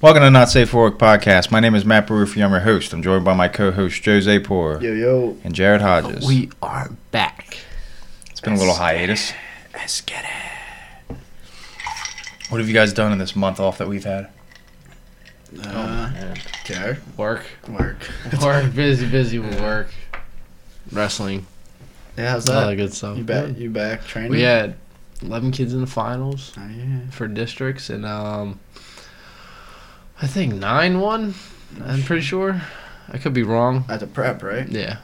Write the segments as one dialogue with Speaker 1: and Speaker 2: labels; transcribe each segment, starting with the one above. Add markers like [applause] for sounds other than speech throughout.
Speaker 1: Welcome to Not Safe for Work podcast. My name is Matt Barufi. I'm your host. I'm joined by my co-host Jose Poor
Speaker 2: Yo yo.
Speaker 1: and Jared Hodges.
Speaker 3: We are back.
Speaker 1: it's been a little hiatus.
Speaker 3: Let's get it.
Speaker 1: What have you guys done in this month off that we've had?
Speaker 2: Oh, Okay.
Speaker 3: Work,
Speaker 2: Work.
Speaker 3: work, busy, busy with work. Wrestling,
Speaker 2: Yeah, how's
Speaker 3: all
Speaker 2: that?
Speaker 3: that good stuff.
Speaker 2: You back? You back training?
Speaker 3: We had eleven kids in the finals
Speaker 2: Oh, yeah.
Speaker 3: for districts, and um, I think nine won. I'm pretty sure. I could be wrong.
Speaker 2: At the prep, right?
Speaker 3: Yeah.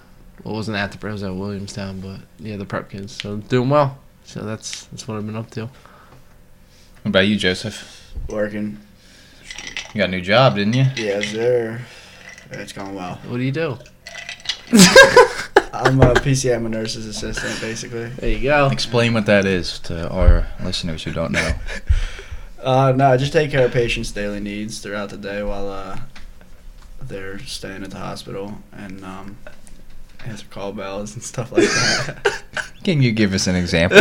Speaker 3: Well, it wasn't at the prep. It was at Williamstown, but yeah, the prep kids. So doing well. So that's that's what I've been up to.
Speaker 1: What about you, Joseph?
Speaker 2: Working.
Speaker 1: You got a new job, didn't you?
Speaker 2: Yeah, there. It's going well.
Speaker 3: What do you do?
Speaker 2: I'm a PCM, a nurse's assistant, basically.
Speaker 3: There you go.
Speaker 1: Explain what that is to our listeners who don't [laughs] know.
Speaker 2: Uh, no, I just take care of patients' daily needs throughout the day while uh, they're staying at the hospital and um, answer call bells and stuff like [laughs] that.
Speaker 1: Can you give us an example?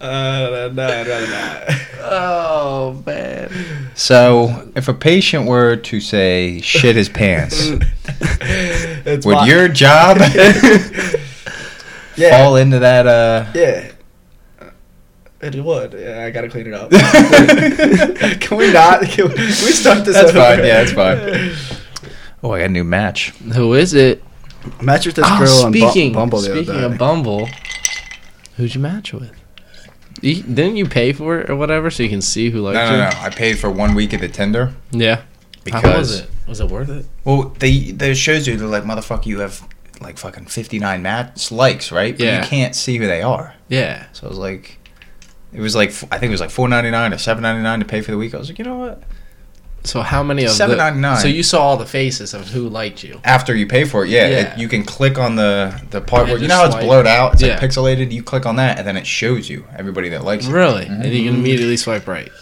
Speaker 2: uh, no, no, no, no.
Speaker 3: Oh man.
Speaker 1: So, if a patient were to say shit his [laughs] pants,
Speaker 2: [laughs] it's
Speaker 1: would
Speaker 2: my-
Speaker 1: your [laughs] job
Speaker 2: [laughs]
Speaker 3: [laughs]
Speaker 2: yeah.
Speaker 1: fall into that? Uh,
Speaker 2: Yeah. Uh, It would. Yeah, I gotta clean it
Speaker 3: [laughs]
Speaker 2: up. [laughs] can we not? Can we, can we start this
Speaker 1: That's
Speaker 2: over?
Speaker 1: fine, yeah, that's fine. oh, I got a new match.
Speaker 3: Who is it?
Speaker 2: I matched with this
Speaker 3: Oh,
Speaker 2: girl
Speaker 3: speaking
Speaker 2: on Bu- Bumble the other
Speaker 3: speaking
Speaker 2: day.
Speaker 3: of Bumble, who'd you match with? You, didn't you pay for it or whatever so you can see who
Speaker 1: No,
Speaker 3: liked
Speaker 1: no, no. I paid for one week at the Tinder
Speaker 3: you? Yeah.
Speaker 1: because
Speaker 3: How was it? Was it worth it?
Speaker 1: Well, they they shows you they're like motherfucker, you have like fucking fifty nine match likes, right? But
Speaker 3: Yeah.
Speaker 1: You can't see who they are.
Speaker 3: Yeah.
Speaker 1: So I was like, it was like I think it was like four ninety nine or seven ninety nine to pay for the week. I was like, you know what?
Speaker 3: So how many of the-
Speaker 1: $7.99.
Speaker 3: So you saw all the faces of who liked you.
Speaker 1: After you pay for it, yeah,
Speaker 3: Yeah.
Speaker 1: It, you can click on the the part
Speaker 3: And
Speaker 1: where you
Speaker 3: just
Speaker 1: know how it's
Speaker 3: swipe.
Speaker 1: blurred out, it's like
Speaker 3: Yeah.
Speaker 1: pixelated. You click on that, and then it shows you everybody that likes it
Speaker 3: Really? And you
Speaker 1: Mm-hmm.
Speaker 3: can immediately swipe right.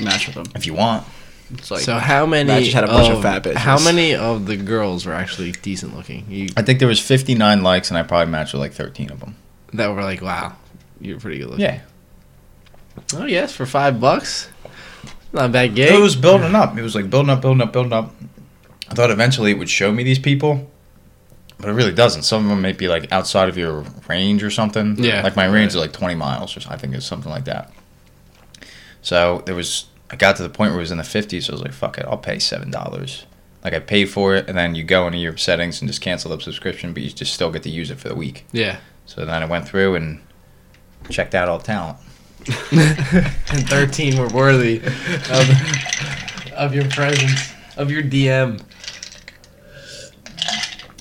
Speaker 2: match with them.
Speaker 1: if you want.
Speaker 2: It's like [laughs]
Speaker 3: so how many?
Speaker 2: I just had a bunch of
Speaker 3: of-
Speaker 2: fat bitches.
Speaker 3: How many of the girls were actually decent looking? You
Speaker 1: I think there was fifty nine likes, and I probably matched with like thirteen of them.
Speaker 3: that were like, wow, you're pretty good looking.
Speaker 1: Yeah,
Speaker 3: Oh yes, for five bucks, not a bad gig.
Speaker 1: it was building up. It was like building up, building up, building up. I thought eventually it would show me these people, but it really doesn't. Some of them may be like outside of your range or something.
Speaker 3: Yeah.
Speaker 1: like my range is like twenty miles or so- I think it's something like that. So there was. I got to the point where it was in the fifties. So I was like, "Fuck it, I'll pay seven dollars." Like I paid for it, and then you go into your settings and just cancel the subscription, but you just still get to use it for the week. [laughs]
Speaker 3: yeah. [laughs]
Speaker 1: So then I went through and checked out all talent.
Speaker 3: and 13 were worthy
Speaker 2: um,
Speaker 3: of, of your presence, of your DM.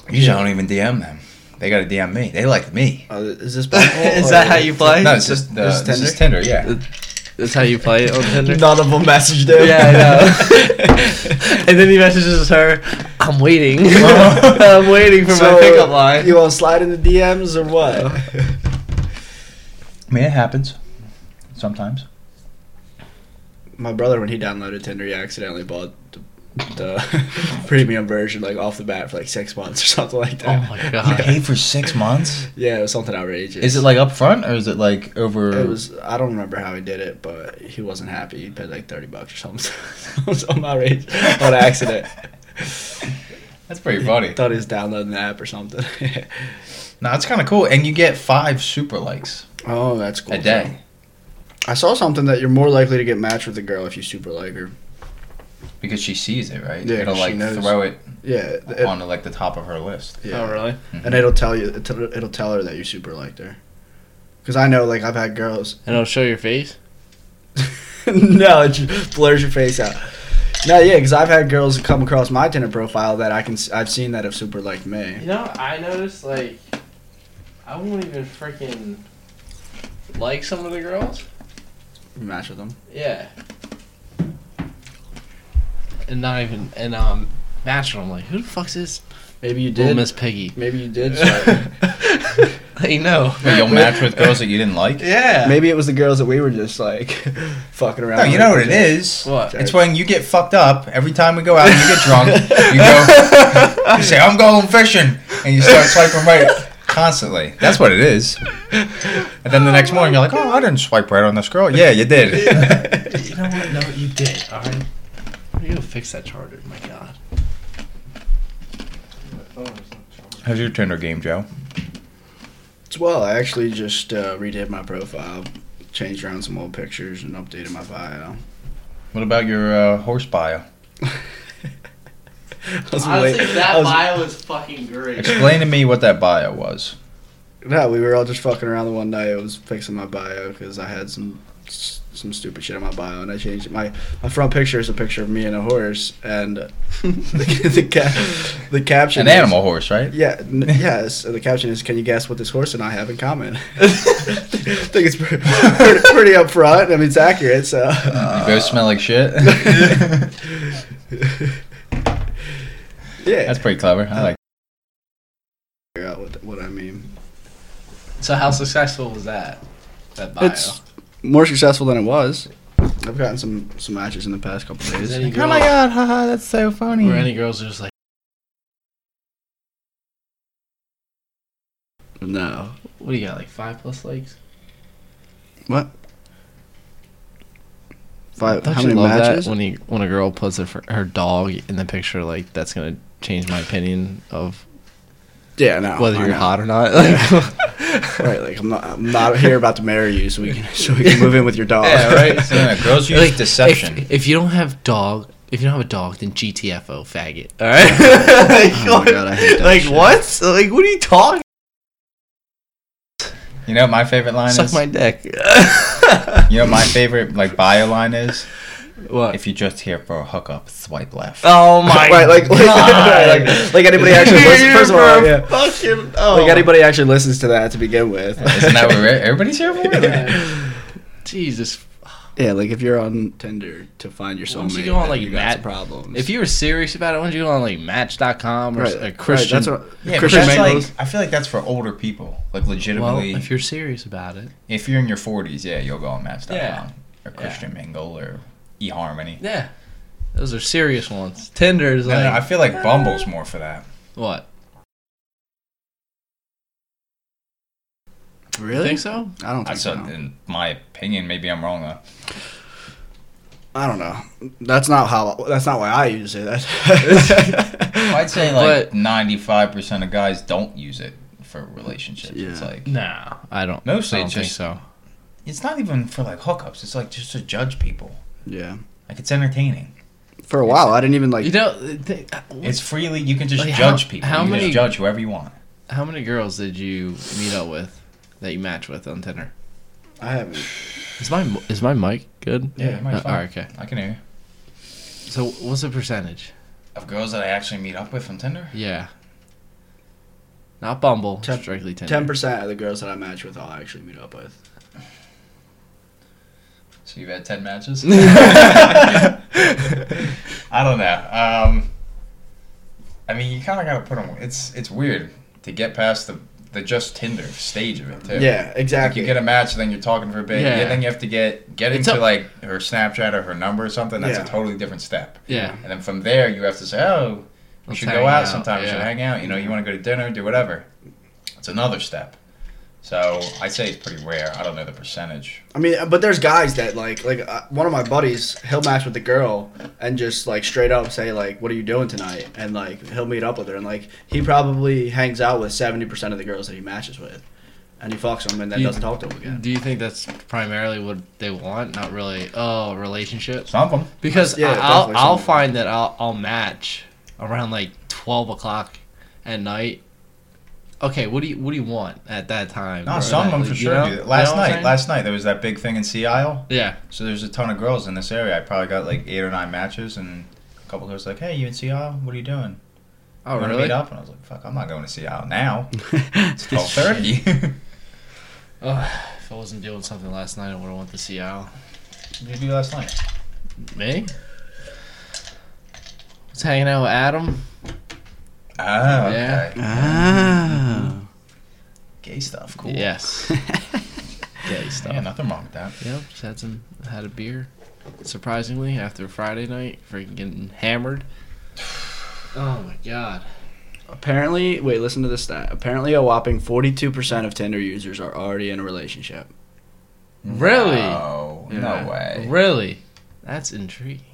Speaker 1: Usually I don't even DM them. They got to DM me. They like me.
Speaker 2: uh, is
Speaker 3: [laughs]
Speaker 2: this Bumble?
Speaker 3: Is
Speaker 2: or-
Speaker 3: that how you play?
Speaker 1: No, it's just uh,
Speaker 2: This is
Speaker 1: this is Tinder. Yeah.
Speaker 3: That's how you play it on Tinder?
Speaker 2: None of them messaged them. [laughs]
Speaker 3: [laughs] and then he messages her, I'm waiting. I'm waiting for
Speaker 2: So,
Speaker 3: my pickup line. Uh,
Speaker 2: You want to slide in the DMs or what?
Speaker 1: I mean, it happens sometimes.
Speaker 2: My brother, when he downloaded Tinder, he accidentally bought the, the [laughs] premium version like off the bat for like six months or something like
Speaker 3: Oh
Speaker 2: that.
Speaker 3: my
Speaker 1: You
Speaker 3: god.
Speaker 1: pay for six months.
Speaker 2: [laughs] Yeah, it was something outrageous.
Speaker 1: Uh-huh. [laughs] Is it like up front or is it like over? [laughs]
Speaker 2: It was I don't remember how he did it, but he wasn't happy. He paid like thirty bucks or something. [laughs] Some outrage on accident.
Speaker 1: That's pretty funny.
Speaker 2: Thought he was downloading the app or something. [laughs]
Speaker 1: No, it's kind of cool, and you get five super likes
Speaker 2: oh, that's cool.
Speaker 1: a day.
Speaker 2: I saw something that you're more likely to get matched with a girl if you super like her.
Speaker 1: Because she sees it, right?
Speaker 2: Yeah,
Speaker 1: It'll
Speaker 2: she
Speaker 1: like
Speaker 2: knows.
Speaker 1: throw it
Speaker 2: Yeah. it- it-
Speaker 1: onto like the top of her list.
Speaker 2: yeah.
Speaker 3: Oh, really?
Speaker 2: And it'll tell you it'll, it'll tell her that you super liked her. Cause I know, like I've had girls. [laughs]
Speaker 3: And it'll show your face?
Speaker 2: no, it just blurs your face out. No, yeah, because I've had girls come across my Tinder profile that I can s- I've seen that have super liked me.
Speaker 3: You know, I noticed, like, I won't even freaking like some of the girls.
Speaker 2: You match with them.
Speaker 3: Yeah. And not even and um matching. I'm like, who the fuck's this
Speaker 2: Maybe you
Speaker 3: little
Speaker 2: did.
Speaker 3: Miss Piggy?
Speaker 2: Maybe
Speaker 4: [laughs]
Speaker 2: you did. Start.
Speaker 3: [laughs] I know.
Speaker 1: Wait,
Speaker 3: [laughs]
Speaker 1: you'll match with girls that you didn't like.
Speaker 3: Yeah.
Speaker 2: [laughs] Maybe it was the girls that we were just like [laughs] fucking around.
Speaker 1: No, you
Speaker 2: with.
Speaker 1: know what it is.
Speaker 3: [laughs] What?
Speaker 1: It's when you get fucked up. Every time we go out, [laughs]
Speaker 2: [laughs]
Speaker 1: you get drunk. You go. You say, "I'm going fishing," and you start swiping right. constantly. That's what it is. And then the next morning, you're like, oh, I didn't swipe right on this girl. Yeah, you did. [laughs]
Speaker 3: You know what? No, you did. All right. I'm gonna fix that charger. My God.
Speaker 1: How's your Tinder game, Joe?
Speaker 2: Well, I actually just uh, redid my profile, changed around some old pictures, and updated my bio. [laughs]
Speaker 1: What about your uh, horse bio?
Speaker 2: I was
Speaker 4: Honestly,
Speaker 2: wait- I
Speaker 4: that
Speaker 2: was-
Speaker 4: bio is fucking great.
Speaker 1: Explain to me what that bio was.
Speaker 2: No, we were all just fucking around the one night. I was fixing my bio because I had some s- some stupid shit on my bio, and I changed it. my my front picture is a picture of me and a horse, and [laughs] the the, ca- the caption
Speaker 1: An
Speaker 2: is-
Speaker 1: animal horse, right?
Speaker 2: Yeah, n- yes. and the caption is, "Can you guess what this horse and I have in common?" [laughs] I think it's pretty, pretty, pretty upfront. I mean, it's accurate. So.
Speaker 1: You both smell like [laughs] shit.
Speaker 2: yeah,
Speaker 1: That's pretty clever. I like.
Speaker 2: figure out what, what I mean.
Speaker 3: So how successful was that? That bio.
Speaker 2: It's more successful than it was. I've gotten some some matches in the past couple
Speaker 3: Is
Speaker 2: days.
Speaker 3: any girl, oh
Speaker 1: god, haha, that's so funny.
Speaker 3: Were any girls just like,
Speaker 2: No.
Speaker 3: what do you got? Like five plus likes?
Speaker 2: What? Five.
Speaker 3: Don't
Speaker 2: How
Speaker 3: you
Speaker 2: many
Speaker 3: love
Speaker 2: matches?
Speaker 3: that when you when a girl puts her, her dog in the picture? Like that's gonna change my opinion of
Speaker 2: Yeah, no.
Speaker 3: whether
Speaker 2: I
Speaker 3: you're
Speaker 2: know.
Speaker 3: hot or not.
Speaker 2: [laughs]
Speaker 3: [laughs]
Speaker 2: Right, like I'm not. I'm not here about to marry you, so we can so we can move in with your
Speaker 1: [laughs]
Speaker 2: dog.
Speaker 1: Yeah,
Speaker 2: [laughs]
Speaker 1: right. So, yeah, girls use
Speaker 3: Like,
Speaker 1: deception.
Speaker 3: If, if you don't have dog, if you don't have a dog, then GTFO, faggot.
Speaker 2: [laughs]
Speaker 3: All right. [laughs] like
Speaker 2: Oh my God, I hate that
Speaker 3: like
Speaker 2: shit.
Speaker 3: what? Like what are you talking?
Speaker 1: You know what my favorite line
Speaker 3: Suck
Speaker 1: is.
Speaker 3: my dick.
Speaker 2: [laughs]
Speaker 1: you know what my favorite like bio line is.
Speaker 3: what?
Speaker 1: If you're just here for a hookup, swipe left.
Speaker 3: oh [laughs] my.
Speaker 2: right, like like,
Speaker 3: [laughs] God.
Speaker 2: [laughs] right, like like anybody actually listens. First of all, yeah.
Speaker 3: Fucking,
Speaker 2: [laughs]
Speaker 3: oh.
Speaker 2: like anybody actually listens to that to begin with.
Speaker 1: Isn't that what we're- everybody's here for?
Speaker 3: [laughs] Jesus.
Speaker 2: yeah, like if you're on Tinder to find your soulmate,
Speaker 3: Once you go on
Speaker 2: then
Speaker 3: like
Speaker 2: you got some
Speaker 3: Match
Speaker 2: problems.
Speaker 3: If you were serious about it, why don't you go on like Match.com or
Speaker 2: right,
Speaker 3: s- a
Speaker 2: right,
Speaker 3: Christian?
Speaker 2: that's what,
Speaker 1: Yeah, but
Speaker 2: Christian
Speaker 1: that's
Speaker 2: Mangos.
Speaker 1: like, I feel like that's for older people. Like
Speaker 3: well,
Speaker 1: legitimately,
Speaker 3: if
Speaker 1: if, you're,
Speaker 3: you're serious about it,
Speaker 1: in your 40s, yeah, you'll go on Match.com
Speaker 3: Yeah.
Speaker 1: or Christian Mingle or eHarmony.
Speaker 3: yeah, those are serious ones. Tinder is
Speaker 1: No,
Speaker 3: like uh,
Speaker 1: no, I feel like Bumble's more for that.
Speaker 3: what? You
Speaker 2: really?
Speaker 3: think so?
Speaker 2: I don't think
Speaker 1: That's
Speaker 2: so.
Speaker 1: a, in my opinion. Maybe I'm wrong though.
Speaker 2: I don't know. That's not how. That's not why I use it. [laughs]
Speaker 3: [laughs]
Speaker 2: That's
Speaker 1: I'd say like
Speaker 3: But-
Speaker 1: 95% of guys don't use it for relationships. It's
Speaker 2: Yeah.
Speaker 1: like
Speaker 3: No, I don't.
Speaker 1: Mostly
Speaker 3: I don't
Speaker 1: just-
Speaker 3: think so.
Speaker 1: it's not even for like hookups. It's like just to judge people.
Speaker 2: yeah.
Speaker 1: Like it's entertaining.
Speaker 2: For a while, I didn't even like.
Speaker 3: You know, th-
Speaker 1: It's freely. You can just
Speaker 3: Like, how-
Speaker 1: judge people.
Speaker 3: how
Speaker 1: you
Speaker 3: many-
Speaker 1: just judge whoever you want.
Speaker 3: how many girls did you meet up with that you match with on Tinder?
Speaker 2: I haven't.
Speaker 3: Is my is my mic good?
Speaker 1: Yeah, your mic's
Speaker 3: Uh,
Speaker 1: fine.
Speaker 3: all right, okay.
Speaker 1: I can hear you.
Speaker 3: So what's the percentage?
Speaker 1: Of girls that I actually meet up with on Tinder.
Speaker 3: Yeah. Not Bumble,
Speaker 2: Ten-
Speaker 3: strictly Tinder.
Speaker 2: Ten percent of the girls that I match with, I'll actually meet up with.
Speaker 1: So you've had ten
Speaker 3: [laughs]
Speaker 1: matches. I don't know. Um, I mean, you kind of got to put them. It's it's weird to get past the the just Tinder stage of it
Speaker 2: Yeah,
Speaker 1: too. Like
Speaker 2: exactly.
Speaker 1: you get a match, then you're talking for a bit. Yeah.
Speaker 3: Yeah.
Speaker 1: then you have to get get
Speaker 3: It's
Speaker 1: into
Speaker 3: a-
Speaker 1: like her Snapchat or her number or something. That's
Speaker 2: Yeah.
Speaker 1: a totally different step.
Speaker 3: Yeah.
Speaker 1: And then from there, you have to say, "Oh, we
Speaker 3: Let's
Speaker 1: should
Speaker 3: hang
Speaker 1: go out,
Speaker 3: out,
Speaker 1: sometime. We should
Speaker 3: yeah.
Speaker 1: hang out. You know, you want to go to dinner, do whatever." It's another step. So I say it's pretty rare. I don't know the percentage.
Speaker 2: I mean, but there's guys that like like uh, one of my buddies. He'll match with the girl and just like straight up say like, "What are you doing tonight?" And like he'll meet up with her and like he probably hangs out with seventy percent of the girls that he matches with, and he fucks them and then
Speaker 3: You-
Speaker 2: doesn't talk to them
Speaker 1: [laughs]
Speaker 2: again.
Speaker 3: Do you think that's primarily what they want? Not really. Oh, relationships.
Speaker 1: Some of them.
Speaker 3: Because
Speaker 2: Yeah,
Speaker 3: I, I'll
Speaker 2: definitely
Speaker 3: I'll
Speaker 2: something.
Speaker 3: find that I'll I'll match around like twelve o'clock at night. Okay, what do you what do you want at that time?
Speaker 1: No,
Speaker 3: Or
Speaker 1: some of
Speaker 3: that-
Speaker 1: them for
Speaker 3: you
Speaker 1: sure.
Speaker 3: know-
Speaker 1: do
Speaker 3: you
Speaker 1: that. Last
Speaker 3: know what I'm
Speaker 1: night,
Speaker 3: saying?
Speaker 1: last night there was that big thing in Sea Isle.
Speaker 3: yeah,
Speaker 1: So there's a ton of girls in this area. I probably got like eight or nine matches, and a couple girls like, "Hey, you in Sea Isle? What are you doing?
Speaker 3: oh
Speaker 1: Want to
Speaker 3: really?
Speaker 1: meet up?" And I was like, "Fuck, I'm not going to Sea Isle
Speaker 3: [laughs]
Speaker 1: now. It's [laughs] 12:30."
Speaker 3: Ugh, if I wasn't doing something last night, I would have went to Seattle.
Speaker 1: what did you do last night?
Speaker 3: Me? Was hanging out with Adam.
Speaker 1: Oh,
Speaker 3: [laughs] Yeah.
Speaker 1: okay.
Speaker 2: Uh-huh. Ah.
Speaker 1: Gay stuff. Cool.
Speaker 3: [laughs] Yes. Gay
Speaker 1: Yeah,
Speaker 3: stuff.
Speaker 1: nothing wrong with that.
Speaker 3: Yep. Just had some had a beer. Surprisingly, [sighs] after Friday night, freaking getting hammered. Oh my god.
Speaker 2: apparently, wait, listen to this stat. Apparently, a whopping 42% of Tinder users are already in a relationship.
Speaker 3: Really?
Speaker 1: No,
Speaker 2: Yeah.
Speaker 1: no way.
Speaker 3: Really? That's intriguing.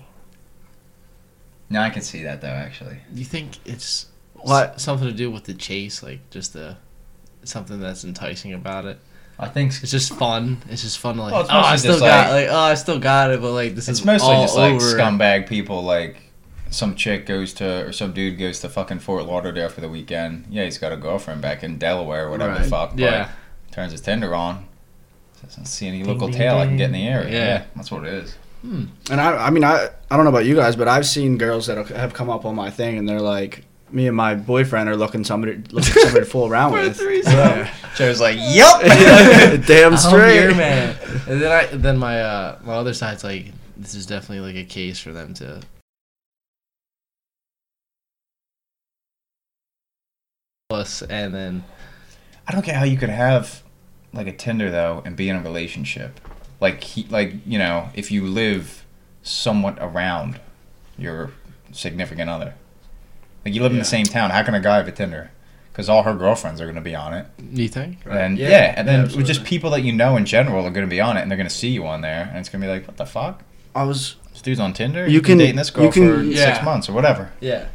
Speaker 1: No, I can see that though. Actually,
Speaker 3: You think it's
Speaker 2: What?
Speaker 3: s- something to do with the chase, like just the something that's enticing about it.
Speaker 1: I think
Speaker 3: It's just fun. It's just fun. Like
Speaker 1: Well, it's
Speaker 3: oh, I
Speaker 1: mostly
Speaker 3: still
Speaker 1: just
Speaker 3: got like
Speaker 1: like-
Speaker 3: oh, I still got it, but like this
Speaker 1: it's
Speaker 3: is
Speaker 1: mostly
Speaker 3: all
Speaker 1: just like
Speaker 3: over.
Speaker 1: scumbag people. Like some chick goes to or some dude goes to fucking Fort Lauderdale for the weekend. Yeah, he's got a girlfriend back in Delaware or whatever the
Speaker 2: Right.
Speaker 1: fuck. but
Speaker 3: Yeah,
Speaker 1: turns his Tinder on. Doesn't see any
Speaker 3: Ding,
Speaker 1: local
Speaker 3: ding,
Speaker 1: tail I can get in the
Speaker 3: ding.
Speaker 1: area.
Speaker 3: Yeah.
Speaker 1: Yeah. that's what it is.
Speaker 2: And I, I mean, I, I don't know about you guys, but I've seen girls that have come up on my thing, and they're like, me and my boyfriend are looking somebody,
Speaker 3: [laughs]
Speaker 2: looking somebody to fool around
Speaker 3: For a
Speaker 2: with.
Speaker 3: threesome.
Speaker 2: [laughs] Yeah.
Speaker 1: Joe's like, yep. [laughs]
Speaker 2: Damn
Speaker 3: I'm
Speaker 2: straight.
Speaker 3: your man. And then I then my uh my other side's like this is definitely like a case for them to us and then
Speaker 1: I don't get how you could have like a Tinder though and be in a relationship. Like he, like you know, if you live somewhat around your significant other, like you live in
Speaker 2: Yeah.
Speaker 1: the same town, how can a guy have a Tinder? Because all her girlfriends are going to be on it,
Speaker 3: you think
Speaker 1: and yeah, and
Speaker 2: Yeah,
Speaker 1: then just
Speaker 2: absolutely.
Speaker 1: people that you know in general are going to be on it, and they're going to see you on there, and it's going to be like, what the fuck?
Speaker 2: I was.
Speaker 1: This dude's on Tinder.
Speaker 2: You
Speaker 1: You can
Speaker 2: can-
Speaker 1: dating this girl
Speaker 2: you can-
Speaker 1: for
Speaker 3: Yeah.
Speaker 1: six months or whatever.
Speaker 3: yeah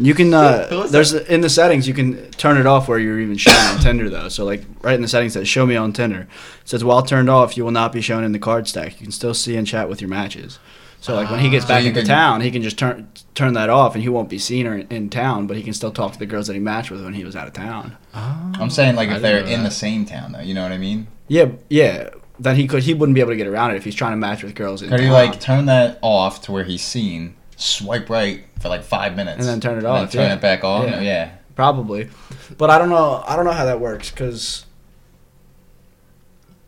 Speaker 2: You can.
Speaker 3: Who
Speaker 2: Uh,
Speaker 3: is
Speaker 2: there's in the settings you can turn it off where you're even shown on Tinder though. So like right in the settings that show me on Tinder it says while turned off you will not be shown in the card stack. You can still see and chat with your matches. So like when he gets
Speaker 3: Ah.
Speaker 2: back
Speaker 1: So you
Speaker 2: into
Speaker 1: can-
Speaker 2: town, he can just turn turn that off and he won't be seen or in town, but he can still talk to the girls that he matched with when he was out of town.
Speaker 1: I'm saying like
Speaker 3: I
Speaker 1: if
Speaker 3: didn't
Speaker 1: they're
Speaker 3: know
Speaker 1: in
Speaker 3: that.
Speaker 1: the same town though, you know what I mean?
Speaker 2: Yeah, yeah. Then he could he wouldn't be able to get around it if he's trying to match with girls in
Speaker 1: Could
Speaker 2: town.
Speaker 1: he like turn that off to where he's seen, swipe right for like five minutes,
Speaker 2: And then turn it
Speaker 1: then
Speaker 2: off,
Speaker 1: turn
Speaker 2: yeah.
Speaker 1: it back on?
Speaker 2: Yeah.
Speaker 1: Yeah.
Speaker 2: probably. But I don't know. I don't know how that works because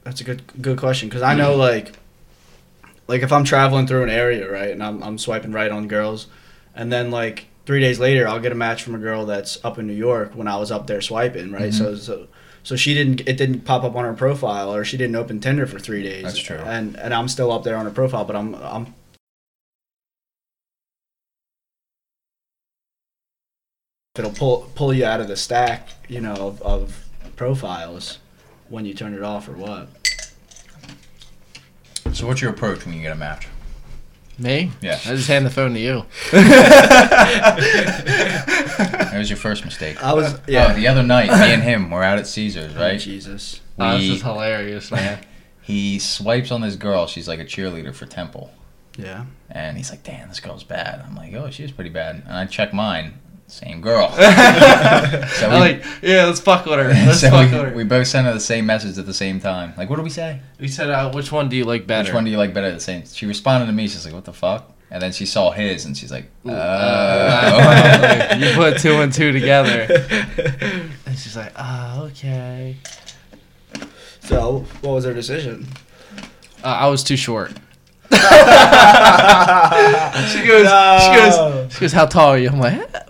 Speaker 2: that's a good good question. Because I know like like if I'm traveling through an area right and I'm I'm swiping right on girls, and then like three days later I'll get a match from a girl that's up in New York when I was up there swiping right. So so. So she didn't. It didn't pop up on her profile, or she didn't open Tinder for three days.
Speaker 1: That's true.
Speaker 2: And and I'm still up there on her profile, but I'm I'm it'll pull pull you out of the stack, you know, of, of profiles when you turn it off or what.
Speaker 1: So what's your approach when you get a match?
Speaker 3: me
Speaker 1: Yeah.
Speaker 3: I just hand the phone to you
Speaker 1: That was your first mistake.
Speaker 2: [laughs] I was
Speaker 1: Yeah.
Speaker 2: yeah.
Speaker 1: the other night, me and him were out at Caesars,
Speaker 2: Oh,
Speaker 1: right?
Speaker 2: Jesus.
Speaker 3: oh, this
Speaker 1: We-
Speaker 3: is hilarious
Speaker 1: [laughs]
Speaker 3: man [laughs]
Speaker 1: he swipes on this girl. She's like a cheerleader for Temple,
Speaker 2: Yeah.
Speaker 1: and he's like, "Damn, this girl's bad." I'm like, "Oh, she's pretty bad." And I check mine, same
Speaker 2: [laughs]
Speaker 1: girl. [laughs] so [laughs]
Speaker 3: I'm like yeah let's fuck with her let's
Speaker 1: so
Speaker 3: fuck
Speaker 1: we-
Speaker 3: with her
Speaker 1: we both sent her the same message at the same time. Like, what do we say?
Speaker 3: we said uh, which one do you like better
Speaker 1: Which one do you like better? The same. She responded to me. She's like, "What the fuck?" And then she saw his, and she's like, "Oh."
Speaker 3: Uh,
Speaker 1: [laughs]
Speaker 3: like, [laughs] you put two and two together and she's like oh okay
Speaker 2: [laughs] So what was their
Speaker 1: [laughs]
Speaker 2: decision?
Speaker 3: uh, I was too short
Speaker 2: she
Speaker 3: She goes, she goes, she goes, how tall are you? I'm like, "Eh,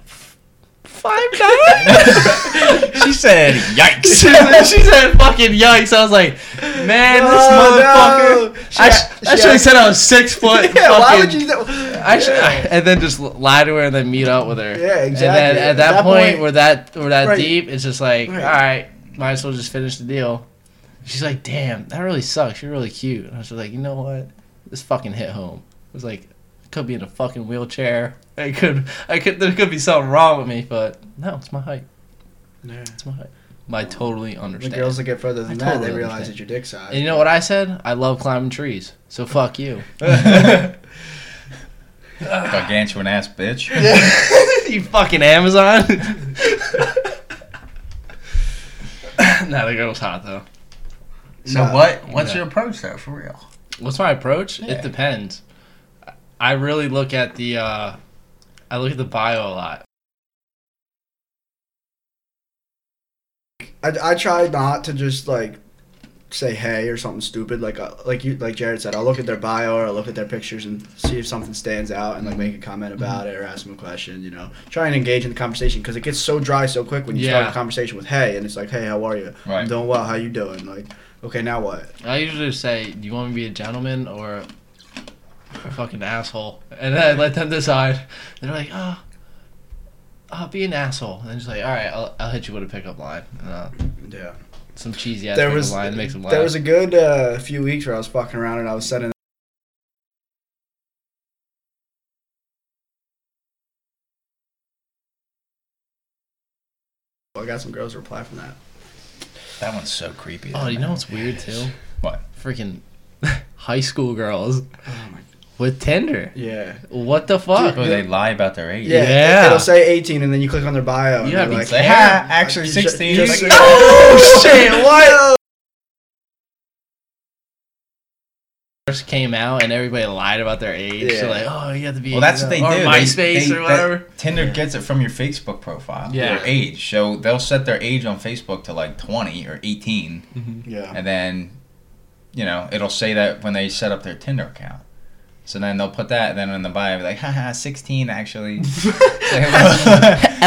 Speaker 3: five
Speaker 1: "Oh." [laughs]
Speaker 3: nine.
Speaker 1: she
Speaker 3: [laughs]
Speaker 1: said, "Yikes!"
Speaker 3: she, said, she said, fucking yikes. I was like, man,
Speaker 2: Oh, No,
Speaker 3: this motherfucker.
Speaker 2: no. She-
Speaker 3: I, sh- I
Speaker 2: she-
Speaker 3: should have said I was six foot.
Speaker 2: [laughs] Yeah, why would
Speaker 3: fucking-
Speaker 2: you do
Speaker 3: I should, [laughs] and then just l- lie to her and then meet up with her.
Speaker 2: Yeah,
Speaker 3: And then
Speaker 2: exactly.
Speaker 3: at that, point, we're that we're that
Speaker 2: Right.
Speaker 3: deep. It's just like,
Speaker 2: Right.
Speaker 3: all right, might as well just finish the deal. She's like, damn, that really sucks. You're really cute. And I was just like, you know what? This fucking hit home. It was like, I could be in a fucking wheelchair. I could, I could, there could be something wrong with me, but no, it's my height.
Speaker 2: Yeah.
Speaker 3: It's my height. I totally
Speaker 2: The
Speaker 3: understand.
Speaker 2: girls that get further than
Speaker 3: I
Speaker 2: that,
Speaker 3: totally
Speaker 2: they realize
Speaker 3: understand.
Speaker 2: that your dick
Speaker 3: and you
Speaker 2: size. [laughs]
Speaker 3: know what I said? I love climbing trees. So fuck you. [laughs]
Speaker 1: Gargantuan ass bitch.
Speaker 3: [laughs] you fucking Amazon. [laughs] nah, the girl's hot though.
Speaker 1: So
Speaker 2: No.
Speaker 1: what? What's
Speaker 3: No.
Speaker 1: your approach though, for real?
Speaker 3: What's my approach? It
Speaker 1: Yeah.
Speaker 3: depends. I really look at the uh I look at the bio a lot.
Speaker 2: I, I try not to just like say hey or something stupid like uh, like you like Jared said. I'll look at their bio or I'll look at their pictures and see if something stands out and like make a comment
Speaker 3: Mm-hmm.
Speaker 2: about it or ask them a question. You know, try and engage in the conversation because it gets so dry so quick when you
Speaker 3: Yeah.
Speaker 2: start a conversation with hey and it's like hey how are you? I'm
Speaker 1: Right.
Speaker 2: doing well. How you doing? Like okay now what?
Speaker 3: I usually say, "Do you want me to be a gentleman or a fucking asshole?" And then I let them decide. They're like, "Oh, oh, be an asshole. And then she's like, all right, I'll, I'll hit you with a pickup line. And, uh,
Speaker 2: Yeah.
Speaker 3: some cheesy ass
Speaker 2: There
Speaker 3: pickup
Speaker 2: was
Speaker 3: line makes them laugh.
Speaker 2: there was a good uh, few weeks where I was fucking around and I was sending I got some girls to reply from that.
Speaker 1: That one's so creepy.
Speaker 3: oh,
Speaker 1: though,
Speaker 3: you
Speaker 1: man.
Speaker 3: know what's weird too?
Speaker 1: What?
Speaker 3: Freaking high school girls
Speaker 2: Oh my
Speaker 3: with Tinder.
Speaker 2: Yeah.
Speaker 3: What the fuck?
Speaker 1: Oh, they lie about their age.
Speaker 2: Yeah.
Speaker 3: Yeah.
Speaker 2: It'll say 18 and then you click on their bio.
Speaker 3: You
Speaker 2: and they're
Speaker 3: gotta be
Speaker 2: like,
Speaker 1: Say, ha, actually
Speaker 2: Ju-
Speaker 1: 16.
Speaker 2: just-
Speaker 1: Like,
Speaker 3: [laughs] [laughs] oh shit!
Speaker 2: What?
Speaker 3: First came out and everybody lied about their age. So
Speaker 2: Yeah.
Speaker 3: like, oh, you have to be.
Speaker 1: Well, that's what they
Speaker 3: or
Speaker 1: do.
Speaker 3: MySpace
Speaker 1: They- they-
Speaker 3: or
Speaker 1: that-
Speaker 3: whatever.
Speaker 1: Tinder gets it from your Facebook profile,
Speaker 3: Yeah.
Speaker 1: your age. So they'll set their age on Facebook to like 20 or 18,
Speaker 2: Yeah.
Speaker 1: and then, you know, it'll say that when they set up their Tinder account. So then they'll put that, and then in the bio, be like, haha, 16
Speaker 3: [laughs]
Speaker 1: actually. Haha,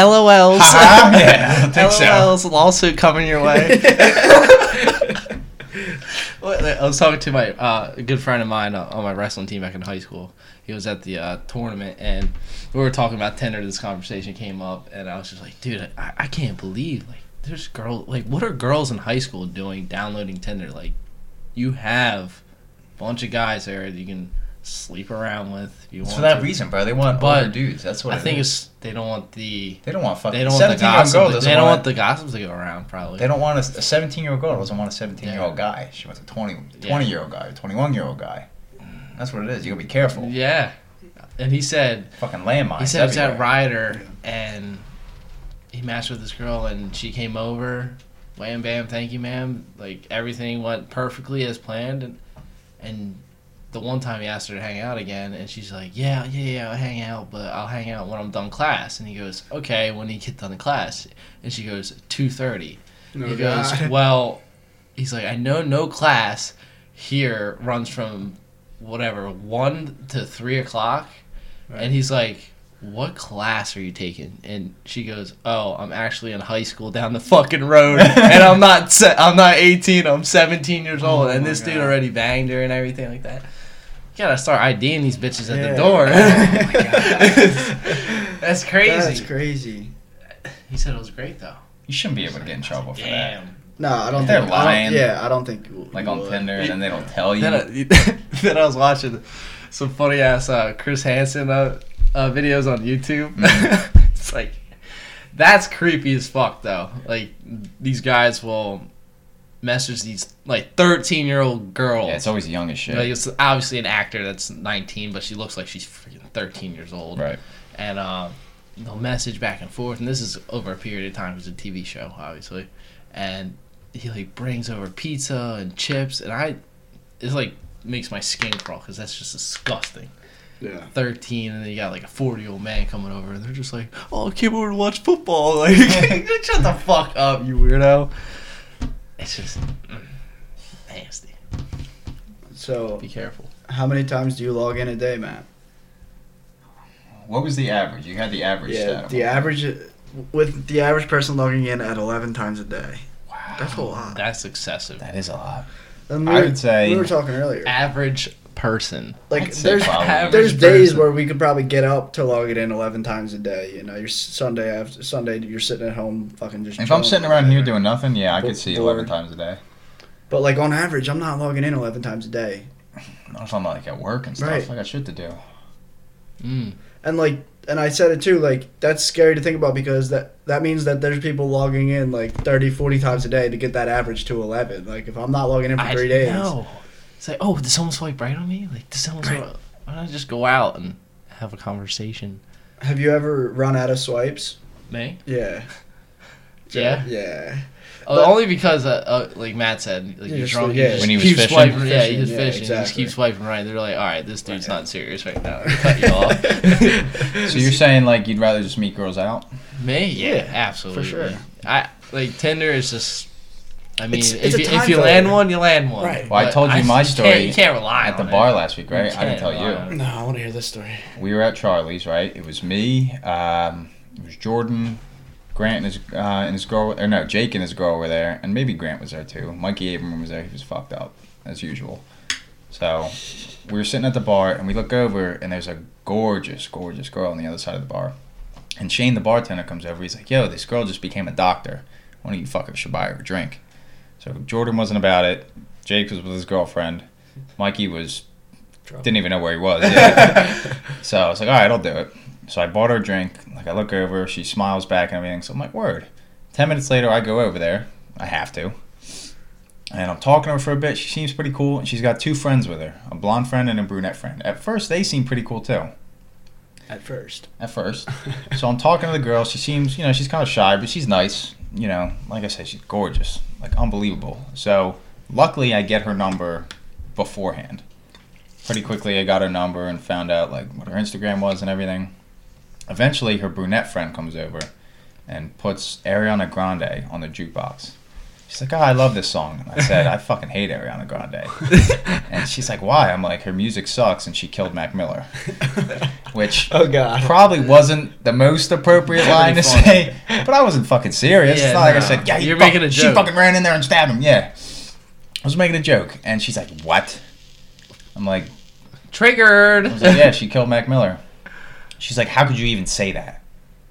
Speaker 1: [laughs]
Speaker 3: LOLs.
Speaker 1: yeah, I don't think so.
Speaker 3: LOLs lawsuit coming your [laughs] way. Well, I was talking to my uh, good friend of mine uh, on my wrestling team back in high school. He was at the uh, tournament, and we were talking about Tinder. This conversation came up, and I was just like, "Dude, I, I can't believe like there's girl like what are girls in high school doing downloading Tinder? Like, you have a bunch of guys there that you can sleep around with. If you
Speaker 1: It's
Speaker 3: want
Speaker 1: for that
Speaker 3: to.
Speaker 1: reason, bro. They want
Speaker 3: But
Speaker 1: older dudes. That's what
Speaker 3: I
Speaker 1: it
Speaker 3: think
Speaker 1: is.
Speaker 3: it's they don't want the
Speaker 1: They don't want fucking.
Speaker 3: they don't want the
Speaker 1: 17 year old girl
Speaker 3: gossip.
Speaker 1: doesn't
Speaker 3: They don't
Speaker 1: want
Speaker 3: want the gossip to go around. Probably.
Speaker 1: They don't want a 17 year old girl doesn't want a 17 year old
Speaker 3: Yeah.
Speaker 1: guy. She wants a 20
Speaker 3: Yeah.
Speaker 1: 20 year old guy, 21 year old guy. That's what it is. You gotta be careful.
Speaker 3: Yeah, and he said
Speaker 1: Fucking landmines.
Speaker 3: He said it was at
Speaker 1: everywhere.
Speaker 3: Ryder, and he matched with this girl, and she came over. Wham bam, thank you, ma'am. Like everything went perfectly as planned, and and the one time he asked her to hang out again, and she's like, yeah, yeah, yeah, I'll hang out, but I'll hang out when I'm done class. And he goes, okay, when do you get done in class? And she goes, two thirty.
Speaker 2: [laughs] No
Speaker 3: [laughs] he
Speaker 2: God.
Speaker 3: goes,
Speaker 1: [laughs]
Speaker 3: well, he's like, I know no class here runs from whatever one to three o'clock,
Speaker 2: Right.
Speaker 3: and he's like, what class are you taking? And she goes, oh, I'm actually in high school down the fucking
Speaker 2: [laughs]
Speaker 3: road, and I'm not, se- I'm not 18, I'm 17 years old,
Speaker 2: Oh
Speaker 3: and
Speaker 2: my
Speaker 3: this dude
Speaker 2: God.
Speaker 3: already banged her and everything like that. You gotta start IDing these bitches at
Speaker 2: Yeah.
Speaker 3: the
Speaker 2: [laughs]
Speaker 3: door.
Speaker 2: Oh
Speaker 1: [laughs]
Speaker 3: That's crazy.
Speaker 2: That's crazy.
Speaker 3: He said it was great though.
Speaker 1: You shouldn't be able to get in trouble for that.
Speaker 3: Damn.
Speaker 2: No, I don't
Speaker 1: If they're
Speaker 2: think. I don't-
Speaker 1: lying,
Speaker 2: yeah, I don't think. you
Speaker 1: Like on
Speaker 2: would.
Speaker 1: Tinder, and then they don't tell you.
Speaker 3: Then I, [laughs] then I was watching some funny ass uh, Chris Hansen uh, uh, videos on YouTube.
Speaker 1: Mm-hmm.
Speaker 3: [laughs] it's like that's creepy as fuck though. Like these guys will message these like thirteen year old girls.
Speaker 1: yeah, it's always young as shit.
Speaker 3: like it's obviously an actor that's nineteen, but she looks like she's freaking thirteen years old.
Speaker 1: right.
Speaker 3: And um, they'll message back and forth, and this is over a period of time. It's a TV show, obviously, and he like brings over pizza and chips, and I, it's like makes my skin crawl because that's just disgusting.
Speaker 2: Yeah.
Speaker 3: 13 and then you got like a 40 year old man coming over and they're just like oh i came over to watch
Speaker 1: [laughs]
Speaker 3: football [laughs] like shut the fuck up you weirdo it's just mm, nasty
Speaker 2: So,
Speaker 3: be careful
Speaker 2: how many times do you log in a day, Matt?
Speaker 1: What was the average? You had the average
Speaker 2: Yeah.
Speaker 1: stat.
Speaker 2: The average, with the average person logging in at 11 times a day.
Speaker 1: Wow.
Speaker 2: That's a lot.
Speaker 3: that's excessive
Speaker 1: That is a lot.
Speaker 2: And we
Speaker 1: I
Speaker 2: were-
Speaker 1: would say-
Speaker 2: we were talking earlier.
Speaker 3: average person
Speaker 2: Like
Speaker 1: I'd say
Speaker 2: there's
Speaker 1: probably.
Speaker 2: there's
Speaker 3: Average
Speaker 2: days
Speaker 3: person.
Speaker 2: where we could probably get up to log it in 11 times a day. You know, your Sunday after Sunday, you're sitting at home fucking just.
Speaker 1: If I'm
Speaker 2: chilling.
Speaker 1: sitting around here doing nothing, yeah, I
Speaker 2: Bo-
Speaker 1: could see
Speaker 2: bored.
Speaker 1: 11 times a day.
Speaker 2: But like on average, I'm not logging in 11 times a day.
Speaker 1: Not if I'm like at work and stuff.
Speaker 2: Right.
Speaker 1: I got shit to do.
Speaker 3: mm.
Speaker 2: and like and i said it too like that's scary to think about because that that means that there's people logging in like 30 40 times a day to get that average to 11 like if i'm not logging in for three days
Speaker 3: know. it's like oh did someone swipe right on me like did someone swipe why don't i just go out and have a conversation
Speaker 2: have you ever run out of swipes
Speaker 3: me
Speaker 2: yeah
Speaker 3: Yeah.
Speaker 2: yeah
Speaker 3: Oh,
Speaker 2: But-
Speaker 3: only because uh, uh, like Matt said, like
Speaker 2: Yeah,
Speaker 3: you're
Speaker 2: just
Speaker 3: drunk,
Speaker 2: like-
Speaker 3: you
Speaker 2: yeah.
Speaker 3: just
Speaker 1: When he was
Speaker 3: keep
Speaker 1: fishing.
Speaker 3: swiping. yeah, you
Speaker 2: Fishing,
Speaker 3: just
Speaker 2: yeah,
Speaker 3: fishing, you just
Speaker 2: exactly.
Speaker 3: keep swiping right. They're like, all right, this dude's
Speaker 2: Right.
Speaker 3: not serious
Speaker 2: [laughs]
Speaker 3: right now.
Speaker 1: [laughs]
Speaker 3: Cut you off.
Speaker 1: So
Speaker 3: [laughs]
Speaker 1: you're saying like you'd rather just meet girls out?
Speaker 3: Me? Yeah,
Speaker 2: Yeah,
Speaker 3: absolutely.
Speaker 2: for sure.
Speaker 3: I like Tinder is just. I mean,
Speaker 2: It's- it's
Speaker 3: if,
Speaker 2: a
Speaker 3: you,
Speaker 2: time
Speaker 3: if you
Speaker 2: filler.
Speaker 3: land one, you land one.
Speaker 2: Right.
Speaker 1: Well, I
Speaker 3: But
Speaker 1: told you my
Speaker 3: can't-
Speaker 1: story
Speaker 3: you can't rely
Speaker 1: At the
Speaker 3: on
Speaker 1: bar
Speaker 3: [laughs] it.
Speaker 1: last week, right? I didn't
Speaker 3: can't
Speaker 1: tell
Speaker 3: rely on
Speaker 1: you.
Speaker 3: it.
Speaker 2: no i want to hear this story
Speaker 1: We were at Charlie's, right? It was me. Um, it was Jordan, Grant and his uh, and his girl, or no, Jake and his girl were there, and maybe Grant was there too. Mikey Abram was there. He was fucked up as usual. So we were sitting at the bar, and we look over, and there's a gorgeous, gorgeous girl on the other side of the bar. And Shane, the bartender, comes over. He's like, yo, this girl just became a doctor. One of you fuckers should buy her a drink. So Jordan wasn't about it. Jake was with his girlfriend. Mikey was,
Speaker 4: Drunk.
Speaker 1: didn't even know where he
Speaker 2: [laughs]
Speaker 1: was. [laughs] Yeah. so I was like, all right, I'll do it. So I bought her a drink. Like, I look over. She smiles back and everything. So I'm like, word. Ten minutes later, I go over there. I have to. And I'm talking to her for a bit. She seems pretty cool. And she's got two friends with her a blonde friend and a brunette friend. At first, they seem pretty cool too.
Speaker 2: At first.
Speaker 1: At first. So I'm talking to the girl. She seems, you know, she's kind of shy, but she's nice. You know, like I said, she's gorgeous, like unbelievable. So luckily, I get her number beforehand. Pretty quickly, I got her number and found out like what her Instagram was and everything. Eventually, her brunette friend comes over and puts Ariana Grande on the jukebox. She's like, oh, I love this song. And I said, I fucking hate Ariana Grande.
Speaker 3: [laughs]
Speaker 1: And she's like, why? I'm like, her music sucks and she killed Mac Miller. Which
Speaker 2: [laughs] Oh god.
Speaker 1: probably wasn't the most
Speaker 3: [laughs]
Speaker 1: appropriate line to
Speaker 3: Pretty funny.
Speaker 1: say, but I wasn't fucking serious.
Speaker 3: Yeah,
Speaker 1: it's not like I
Speaker 3: no.
Speaker 1: said, yeah, you
Speaker 3: You're
Speaker 1: fuck-
Speaker 3: making a
Speaker 1: She
Speaker 3: joke.
Speaker 1: fucking ran in there and stabbed him. Yeah, I was making a joke, and she's like, "What?" I'm like, [laughs]
Speaker 3: Triggered.
Speaker 1: I was like, "Yeah, she killed Mac Miller." She's like, "How could you even say that?"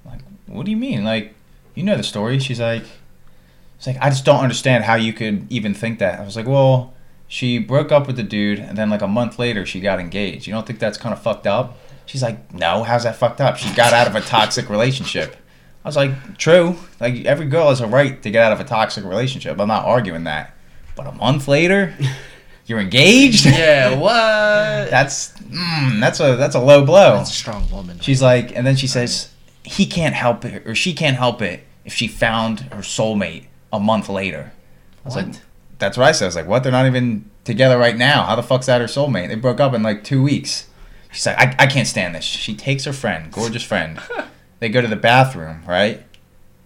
Speaker 1: I'm like, what do you mean? Like, you know the story. She's like, "It's like I just don't understand how you could even think that." I was like, "Well." She broke up with the dude, and then like a month later, she got engaged. You don't think that's kind of fucked up? She's like, no, how's that fucked up? She got out of a toxic relationship. I was like, true. Like, every girl has a right to get out of a toxic relationship. I'm not arguing that. But a month later, you're engaged?
Speaker 3: [laughs] [laughs]
Speaker 1: [laughs]
Speaker 3: yeah, what?
Speaker 1: That's, mm, that's, a, that's a low blow.
Speaker 3: That's a strong woman.
Speaker 1: She's like, and then Oh. she says, he can't help it, or she can't help it if she found her soulmate a month later. I was
Speaker 3: what?
Speaker 1: like, that's what I said. I was like, what? They're not even together right now. How the fuck's that her soulmate? They broke up in like two weeks. She's like, I, I can't stand this. She takes her friend, gorgeous friend. they go to the bathroom, right?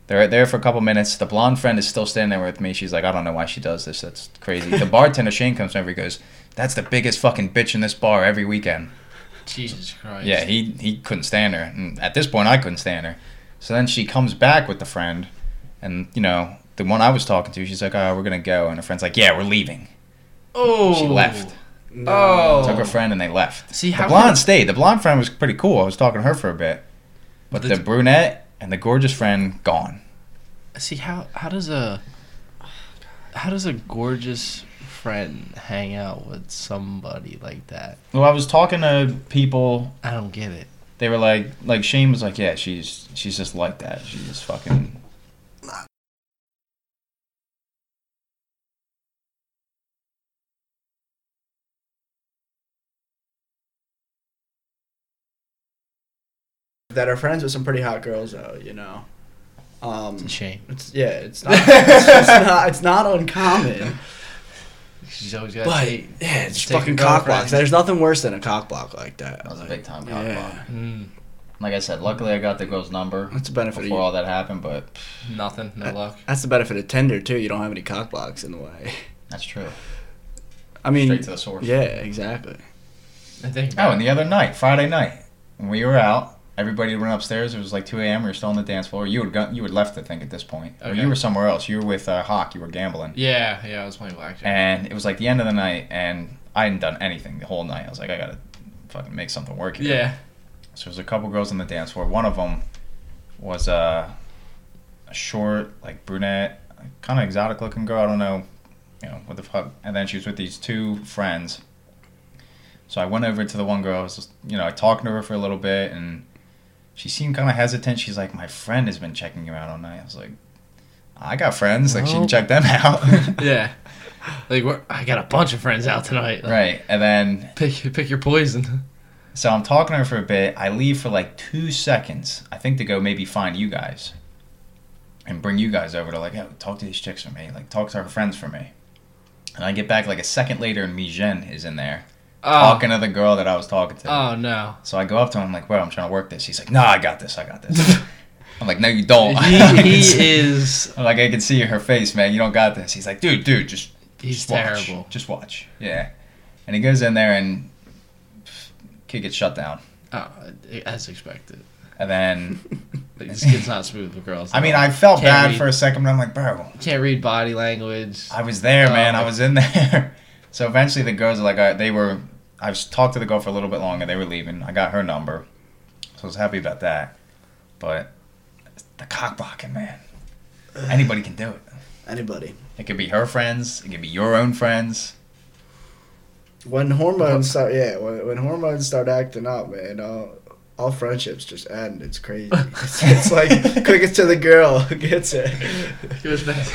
Speaker 1: They're there for a couple minutes. The blonde friend is still standing there with me. She's like, I don't know why she does this. That's crazy. The bartender, Shane, comes over. He goes, That's the biggest fucking bitch in this bar every weekend.
Speaker 3: [laughs] Jesus Christ.
Speaker 1: Yeah, he, he couldn't stand her. And at this point, I couldn't stand her. So then she comes back with the friend, and, you know, the one I was talking to, she's like, Oh, we're going to go. And her friend's like, Yeah, we're leaving.
Speaker 3: oh.
Speaker 1: She left.
Speaker 2: No.
Speaker 3: Oh.
Speaker 1: Took her friend and they left.
Speaker 3: See,
Speaker 1: the
Speaker 3: how
Speaker 1: blonde
Speaker 3: could-
Speaker 1: stayed. The blonde friend was pretty cool. I was talking to her for a bit, but the,
Speaker 3: The-
Speaker 1: brunette and the gorgeous friend gone.
Speaker 3: See how how does a how does a gorgeous friend hang out with somebody like that?
Speaker 1: Well, I was talking to people.
Speaker 3: I don't get it.
Speaker 1: They were like, like Shane was like, yeah, she's she's just like that. She's just fucking.
Speaker 2: That are friends with some pretty hot girls though, you know. Um
Speaker 3: It's a shame.
Speaker 2: it's yeah, it's not it's, it's not it's not
Speaker 1: [laughs]
Speaker 2: uncommon.
Speaker 3: She's always got.
Speaker 2: But
Speaker 3: to
Speaker 2: yeah, it's
Speaker 3: Take
Speaker 2: fucking
Speaker 3: a
Speaker 2: cock
Speaker 3: girlfriend.
Speaker 2: blocks. There's nothing worse than a cock block like that.
Speaker 1: That was a
Speaker 2: Like,
Speaker 1: big time cock
Speaker 2: yeah.
Speaker 1: block.
Speaker 3: Mm,
Speaker 1: Like I said, luckily I got the girl's number
Speaker 2: That's the benefit
Speaker 1: before
Speaker 2: of
Speaker 1: all that happened, but
Speaker 3: nothing. No luck.
Speaker 2: That's the benefit of Tinder too. You don't have any cock blocks in the way. [laughs]
Speaker 1: that's true.
Speaker 2: I mean,
Speaker 1: Straight to the source.
Speaker 2: yeah, exactly.
Speaker 3: I think.
Speaker 1: Oh, and the other night, Friday night, when we were out, everybody went upstairs. It was like 2 a.m. We were still on the dance floor. You had gone, you had left, I think, at this point. Or
Speaker 3: Okay.
Speaker 1: you were somewhere else. You were with uh, Hawk. You were gambling.
Speaker 3: yeah, yeah. I was playing blackjack.
Speaker 1: and it was like the end of the night and i hadn't done anything the whole night i was like i gotta fucking make something work here
Speaker 3: Yeah.
Speaker 1: so there's a couple girls on the dance floor one of them was uh, a short like brunette kind of exotic looking girl i don't know you know what the fuck and then she was with these two friends so i went over to the one girl i was just, you know talking to her for a little bit and she seemed kind of hesitant she's like my friend has been checking you out all night i was like i got friends like she can
Speaker 3: Well.
Speaker 1: check them out
Speaker 3: Yeah. Like we're, I got a bunch of friends out tonight. Like,
Speaker 1: right and then
Speaker 3: Pick pick your poison.
Speaker 1: So I'm talking to her for a bit. I leave for like two seconds, I think, to go maybe find you guys and bring you guys over to like, oh, talk to these chicks for me, like talk to her friends for me. And I get back like a second later, and Mijen is in there
Speaker 3: Oh.
Speaker 1: talking to the girl that I was talking to.
Speaker 3: Oh no.
Speaker 1: So I go up to him, I'm like, bro, I'm trying to work this. He's like, nah, I got this, I got
Speaker 3: [laughs]
Speaker 1: this. I'm like, no, you don't. [laughs]
Speaker 3: He, he is.
Speaker 1: I'm like, I can see her face, man. You don't got this. He's like, dude, dude, just
Speaker 3: He's
Speaker 1: just watch.
Speaker 3: terrible.
Speaker 1: Just watch. Yeah. And he goes in there and kid gets shut down.
Speaker 3: Oh, as expected.
Speaker 1: And then [laughs]
Speaker 3: Like, this kid's not smooth with girls.
Speaker 1: I mean, I felt
Speaker 3: Can't
Speaker 1: bad
Speaker 3: read.
Speaker 1: for a second, but I'm like, bro,
Speaker 3: can't read body language.
Speaker 1: I was there,
Speaker 3: Oh,
Speaker 1: man. I
Speaker 3: like-
Speaker 1: was in [laughs] there. so eventually, the girls are like, I, they were. I was talked to the girl for a little bit longer. They were leaving. I got her number, so I was happy about that. But the cock blocking, man. Anybody can do it.
Speaker 2: Anybody.
Speaker 1: It could be her friends. It could be your own friends.
Speaker 2: When hormones start, yeah, when, when hormones start acting up, man, all, all friendships just end. It's crazy. [laughs] It's, it's like [laughs] quickest to the girl who gets it.
Speaker 3: Goes back.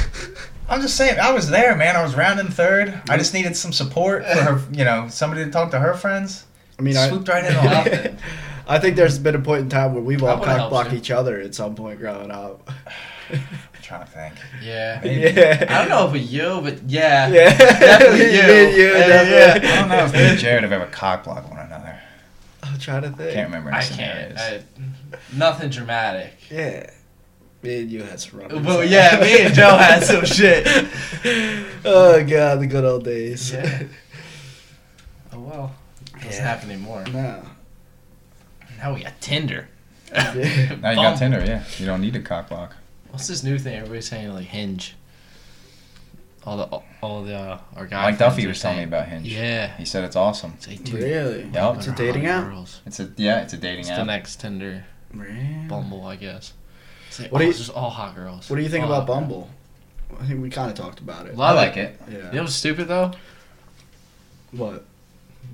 Speaker 1: I'm just saying, I was there, man. I was rounding third. I just needed some support for
Speaker 3: [laughs]
Speaker 1: her, you know, somebody to talk to her friends.
Speaker 2: I mean, I,
Speaker 1: Swooped right in on that.
Speaker 2: [laughs] I think there's been a point in time where we've
Speaker 3: That
Speaker 2: all
Speaker 3: would've helped
Speaker 2: cockblocked
Speaker 3: you.
Speaker 2: each other at some point growing up.
Speaker 1: I'm trying to think.
Speaker 2: [laughs]
Speaker 1: [laughs]
Speaker 3: Yeah.
Speaker 1: Maybe.
Speaker 2: yeah.
Speaker 3: [sighs] I don't know if it you, but
Speaker 2: [laughs]
Speaker 3: yeah.
Speaker 2: Yeah.
Speaker 3: Definitely you.
Speaker 2: Me and you,
Speaker 3: Yeah,
Speaker 2: definitely.
Speaker 1: I don't know if me
Speaker 3: [laughs]
Speaker 1: and Jared have ever cock blocked one another.
Speaker 2: I'm trying to
Speaker 1: I
Speaker 2: think.
Speaker 1: can't remember any
Speaker 3: I
Speaker 1: scenarios.
Speaker 3: can't. I,
Speaker 1: [laughs]
Speaker 3: nothing dramatic.
Speaker 2: Yeah. Me and you had some rubber.
Speaker 3: Well, yeah, me and Joe [laughs]
Speaker 2: [laughs]
Speaker 3: had some shit.
Speaker 2: Oh god, the good old days.
Speaker 3: Yeah. Oh well. Doesn't
Speaker 2: Yeah.
Speaker 3: happen anymore.
Speaker 2: [laughs] no.
Speaker 3: Now we got Tinder.
Speaker 2: Yeah.
Speaker 1: [laughs]
Speaker 3: [laughs]
Speaker 1: Now you got
Speaker 3: Bumble.
Speaker 1: Tinder, yeah. You don't need a cock block.
Speaker 3: What's this new thing everybody's saying like Hinge? All the all the uh, our guy
Speaker 1: Mike
Speaker 3: friends
Speaker 1: Duffy
Speaker 3: are
Speaker 1: was telling me
Speaker 3: saying-
Speaker 1: about Hinge.
Speaker 3: Yeah.
Speaker 1: He said it's awesome.
Speaker 3: It's like, dude,
Speaker 2: Really?
Speaker 1: Yup.
Speaker 2: It's a dating app?
Speaker 3: Girls.
Speaker 1: It's a yeah, it's a dating
Speaker 3: It's the
Speaker 1: app.
Speaker 3: next Tinder
Speaker 2: Man.
Speaker 3: Bumble, I guess. It's like,
Speaker 2: What
Speaker 3: what
Speaker 2: do
Speaker 3: oh,
Speaker 2: you-
Speaker 3: it's just all hot girls. Oh.
Speaker 2: What do you think
Speaker 3: All
Speaker 2: about
Speaker 3: hot girls.
Speaker 2: Bumble? I think we kind of talked about it.
Speaker 3: Love
Speaker 1: I like it.
Speaker 2: Yeah.
Speaker 3: You know what's stupid though?
Speaker 2: What?